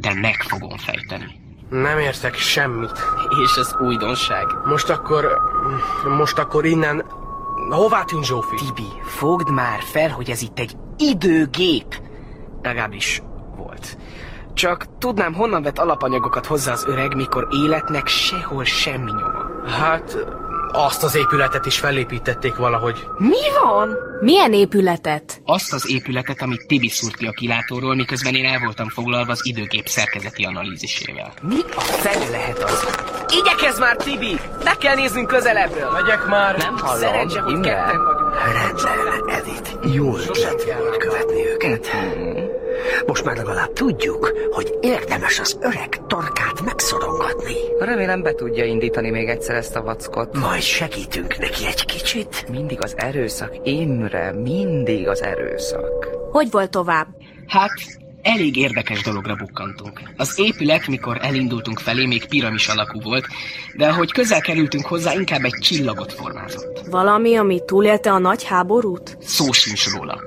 Speaker 25: de meg fogom fejteni.
Speaker 26: Nem értek semmit.
Speaker 25: És ez újdonság.
Speaker 26: Most akkor... Most akkor innen... Hová tűnt Zsófi?
Speaker 25: Tibi, fogd már fel, hogy ez itt egy időgép. Legalábbis volt. Csak tudnám, honnan vett alapanyagokat hozzá az öreg, mikor életnek sehol semmi nyoma.
Speaker 26: Hát, azt az épületet is felépítették valahogy.
Speaker 18: Mi van?
Speaker 16: Milyen épületet?
Speaker 25: Azt az épületet, amit Tibi szúrt ki a kilátóról, miközben én el voltam foglalva az időgép szerkezeti analízisével.
Speaker 19: Mi a fene lehet az?
Speaker 25: Igyekezz már, Tibi! Le kell néznünk közelebbről!
Speaker 26: Megyek már!
Speaker 25: Nem hallom, Szerencse, hogy ketten vagyunk.
Speaker 7: Rendben, Edith. Jó ötlet volt követni őket. Most már legalább tudjuk, hogy érdemes az öreg torkát megszorongatni.
Speaker 6: Remélem be tudja indítani még egyszer ezt a vackot.
Speaker 7: Majd segítünk neki egy kicsit.
Speaker 6: Mindig az erőszak, Imre, mindig az erőszak.
Speaker 16: Hogy volt tovább?
Speaker 25: Hát, elég érdekes dologra bukkantunk. Az épület, mikor elindultunk felé, még piramis alakú volt, de ahogy közel kerültünk hozzá, inkább egy csillagot formázott.
Speaker 10: Valami, ami túlélte a nagy háborút?
Speaker 25: Szó sincs róla.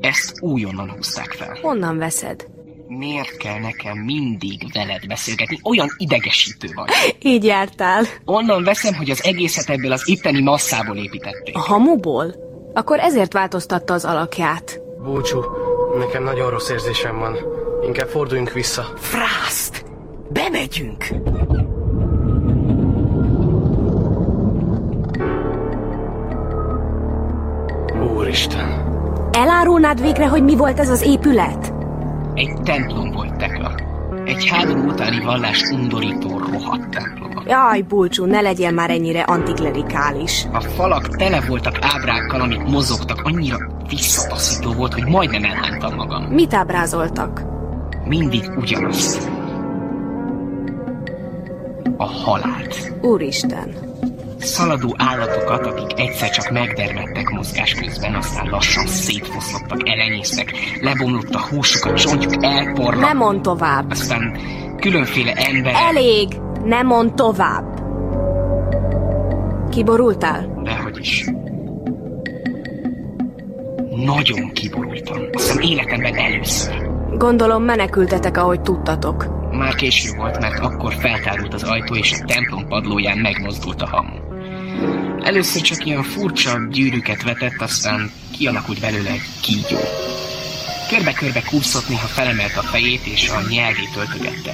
Speaker 25: Ezt újonnan húzták fel.
Speaker 10: Honnan veszed?
Speaker 25: Miért kell nekem mindig veled beszélgetni? Olyan idegesítő vagy.
Speaker 16: (laughs)
Speaker 10: Így jártál.
Speaker 25: Onnan veszem, hogy az egészet ebből az itteni masszából építették.
Speaker 10: A hamuból? Akkor ezért változtatta az alakját.
Speaker 26: Búcsú, nekem nagyon rossz érzésem van. Inkább forduljunk vissza.
Speaker 27: Frászt! Bemegyünk!
Speaker 26: Úristen!
Speaker 16: Elárulnád végre, hogy mi volt ez az épület?
Speaker 25: Egy templom volt Tekla. Egy háború utáni vallás undorító rohadt temploma.
Speaker 10: Jaj, Bulcsú, ne legyél már ennyire antiklerikális.
Speaker 25: A falak tele voltak ábrákkal, amik mozogtak, annyira visszataszító volt, hogy majdnem elhánytam magam.
Speaker 10: Mit ábrázoltak?
Speaker 25: Mindig ugyanazt. A halált.
Speaker 10: Úristen.
Speaker 25: Szaladó állatokat, akik egyszer csak megdermettek mozgás közben, aztán lassan szétfoszlottak, elenyésztek, lebomlott a húsuk, a csontjuk elporla.
Speaker 10: Nem mond tovább.
Speaker 25: Aztán különféle emberek...
Speaker 10: Elég! Nem mond tovább. Kiborultál?
Speaker 25: Dehogy is. Nagyon kiborultam. Aztán életemben először.
Speaker 10: Gondolom menekültetek, ahogy tudtatok.
Speaker 25: Már késő volt, mert akkor feltárult az ajtó, és a templom padlóján megmozdult a hamu. Először csak ilyen furcsa gyűrűket vetett, aztán kialakult belőle egy kígyó. Körbe-körbe kúszott, néha felemelt a fejét, és a nyelvét öltögette.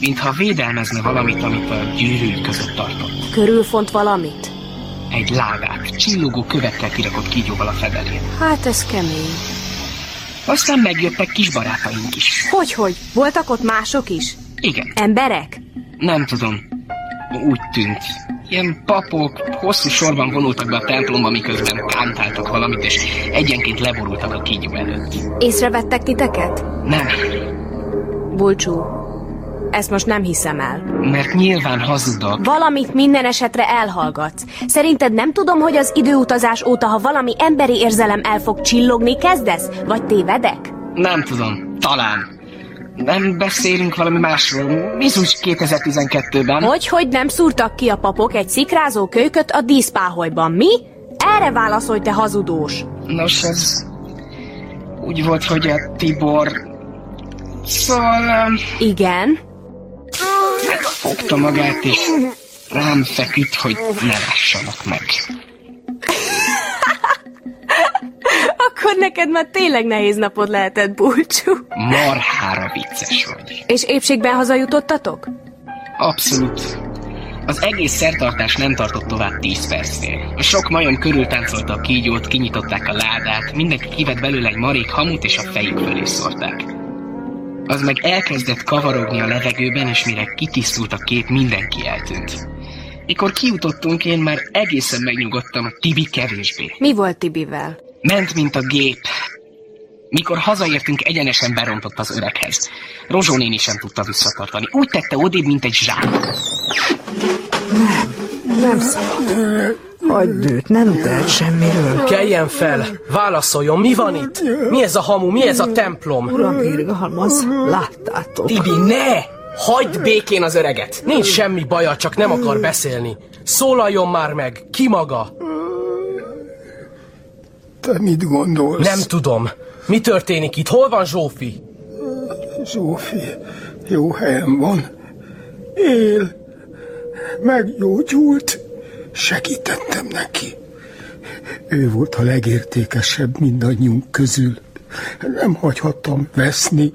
Speaker 25: Mintha védelmezne valamit, amit a gyűrűi között tartott.
Speaker 10: Körülfont valamit?
Speaker 25: Egy lágát, csillogó kövekkel kirakott kígyóval a fedelén.
Speaker 10: Hát ez kemény.
Speaker 25: Aztán megjöttek kis barátaink is.
Speaker 10: Hogy, hogy? Voltak ott mások is?
Speaker 25: Igen.
Speaker 10: Emberek?
Speaker 25: Nem tudom. Úgy tűnt. Ilyen papok hosszú sorban vonultak be a templomba, miközben kántáltak valamit, és egyenként leborultak a kígyó előtt.
Speaker 10: Észrevettek titeket?
Speaker 25: Nem,
Speaker 10: Bulcsú, ezt most nem hiszem el.
Speaker 25: mert nyilván hazudok.
Speaker 10: Valamit minden esetre elhallgatsz. Szerinted nem tudom, hogy az időutazás óta, ha valami emberi érzelem el fog csillogni, kezdesz? Vagy tévedek?
Speaker 25: Nem tudom, talán. Nem beszélünk valami másról. Mizus 2012-ben.
Speaker 10: Hogy, hogy nem szúrtak ki a papok egy szikrázó kölyköt a díszpáholyban, mi? Erre válaszolj, te hazudós!
Speaker 25: Nos, ez úgy volt, hogy a Tibor... Szóval... em,
Speaker 10: Igen?
Speaker 25: Fogta magát, és rám feküdt, hogy ne lássanak meg.
Speaker 10: (laughs) Akkor neked már tényleg nehéz napod lehetett, Bulcsú.
Speaker 25: Marhára vicces vagy.
Speaker 10: És épségben hazajutottatok?
Speaker 25: Abszolút. Az egész szertartás nem tartott tovább 10 percnél. A sok majom körültáncolta a kígyót, kinyitották a ládát, mindenki kivett belőle egy marék hamut, és a fejük fölé szórták. Az meg elkezdett kavarogni a levegőben, és mire kitisztult a kép, mindenki eltűnt. Mikor kijutottunk, én már egészen megnyugodtam, a Tibi kevésbé.
Speaker 10: Mi volt Tibivel?
Speaker 25: Ment, mint a gép. Mikor hazaértünk, egyenesen berontott az öreghez. Rozsó néni sem tudta visszatartani. Úgy tette odébb, mint egy zsák.
Speaker 21: Nem szabad. Hagyd őt, nem tehet semmiről.
Speaker 26: Keljen fel! Válaszoljon, mi van itt? Mi ez a hamu, mi ez a templom?
Speaker 21: Uram, irgalmaz, láttátok.
Speaker 26: Tibi, ne! Hagyd békén az öreget! Nincs semmi baja, csak nem akar beszélni. Szólaljon már meg! Ki maga?
Speaker 3: Te mit gondolsz?
Speaker 26: Nem tudom. Mi történik itt? Hol van Zsófi?
Speaker 3: Zsófi, jó helyen van. Él. Meggyógyult. Segítettem neki. Ő volt a legértékesebb mindannyiunk közül. Nem hagyhattam veszni.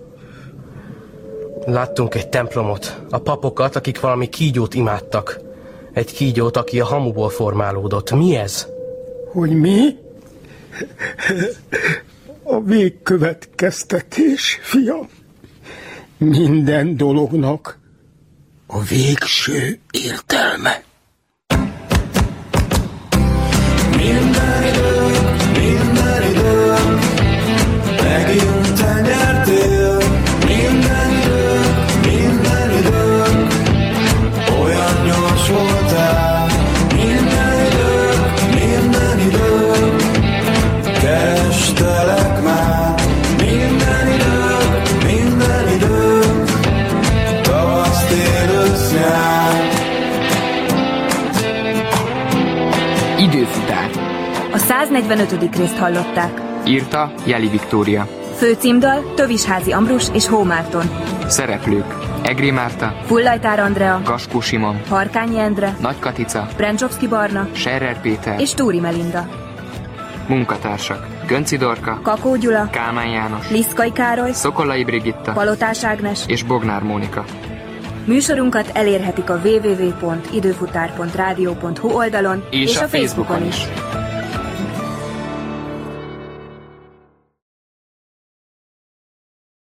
Speaker 26: Láttunk egy templomot. A papokat, akik valami kígyót imádtak. Egy kígyót, aki a hamuból formálódott. Mi ez?
Speaker 3: Hogy mi? A végkövetkeztetés, fiam. Minden dolognak a végső értelme.
Speaker 7: Minden idő, megint te nyertél. Minden idő, minden idő, olyan gyors voltál. Minden idő, minden idő, kerestelek már. Minden idő, minden idő, tavasz, tél, ősz, nyár.
Speaker 6: Időfutár.
Speaker 32: A 145. részt hallották.
Speaker 6: Írta Jeli Viktória.
Speaker 32: Főcímdal Tövisházi Ambrus és Hómárton.
Speaker 6: Szereplők. Egri Márta,
Speaker 32: Fullajtár Andrea,
Speaker 6: Gaskó Simon,
Speaker 32: Harkányi Endre,
Speaker 6: Nagy Katica,
Speaker 32: Brencsovszki Barna
Speaker 6: Serrer Péter
Speaker 32: és Túri Melinda.
Speaker 6: munkatársak. Gönci Dorka,
Speaker 32: Kakó Gyula,
Speaker 6: Kálmán János,
Speaker 32: Liszkai Károly,
Speaker 6: Szokolai Brigitta
Speaker 32: Palotás Ágnes.
Speaker 6: és Bognár Mónika.
Speaker 32: Műsorunkat elérhetik a www.időfutár.rádió.hu oldalon
Speaker 6: És a Facebookon
Speaker 32: is.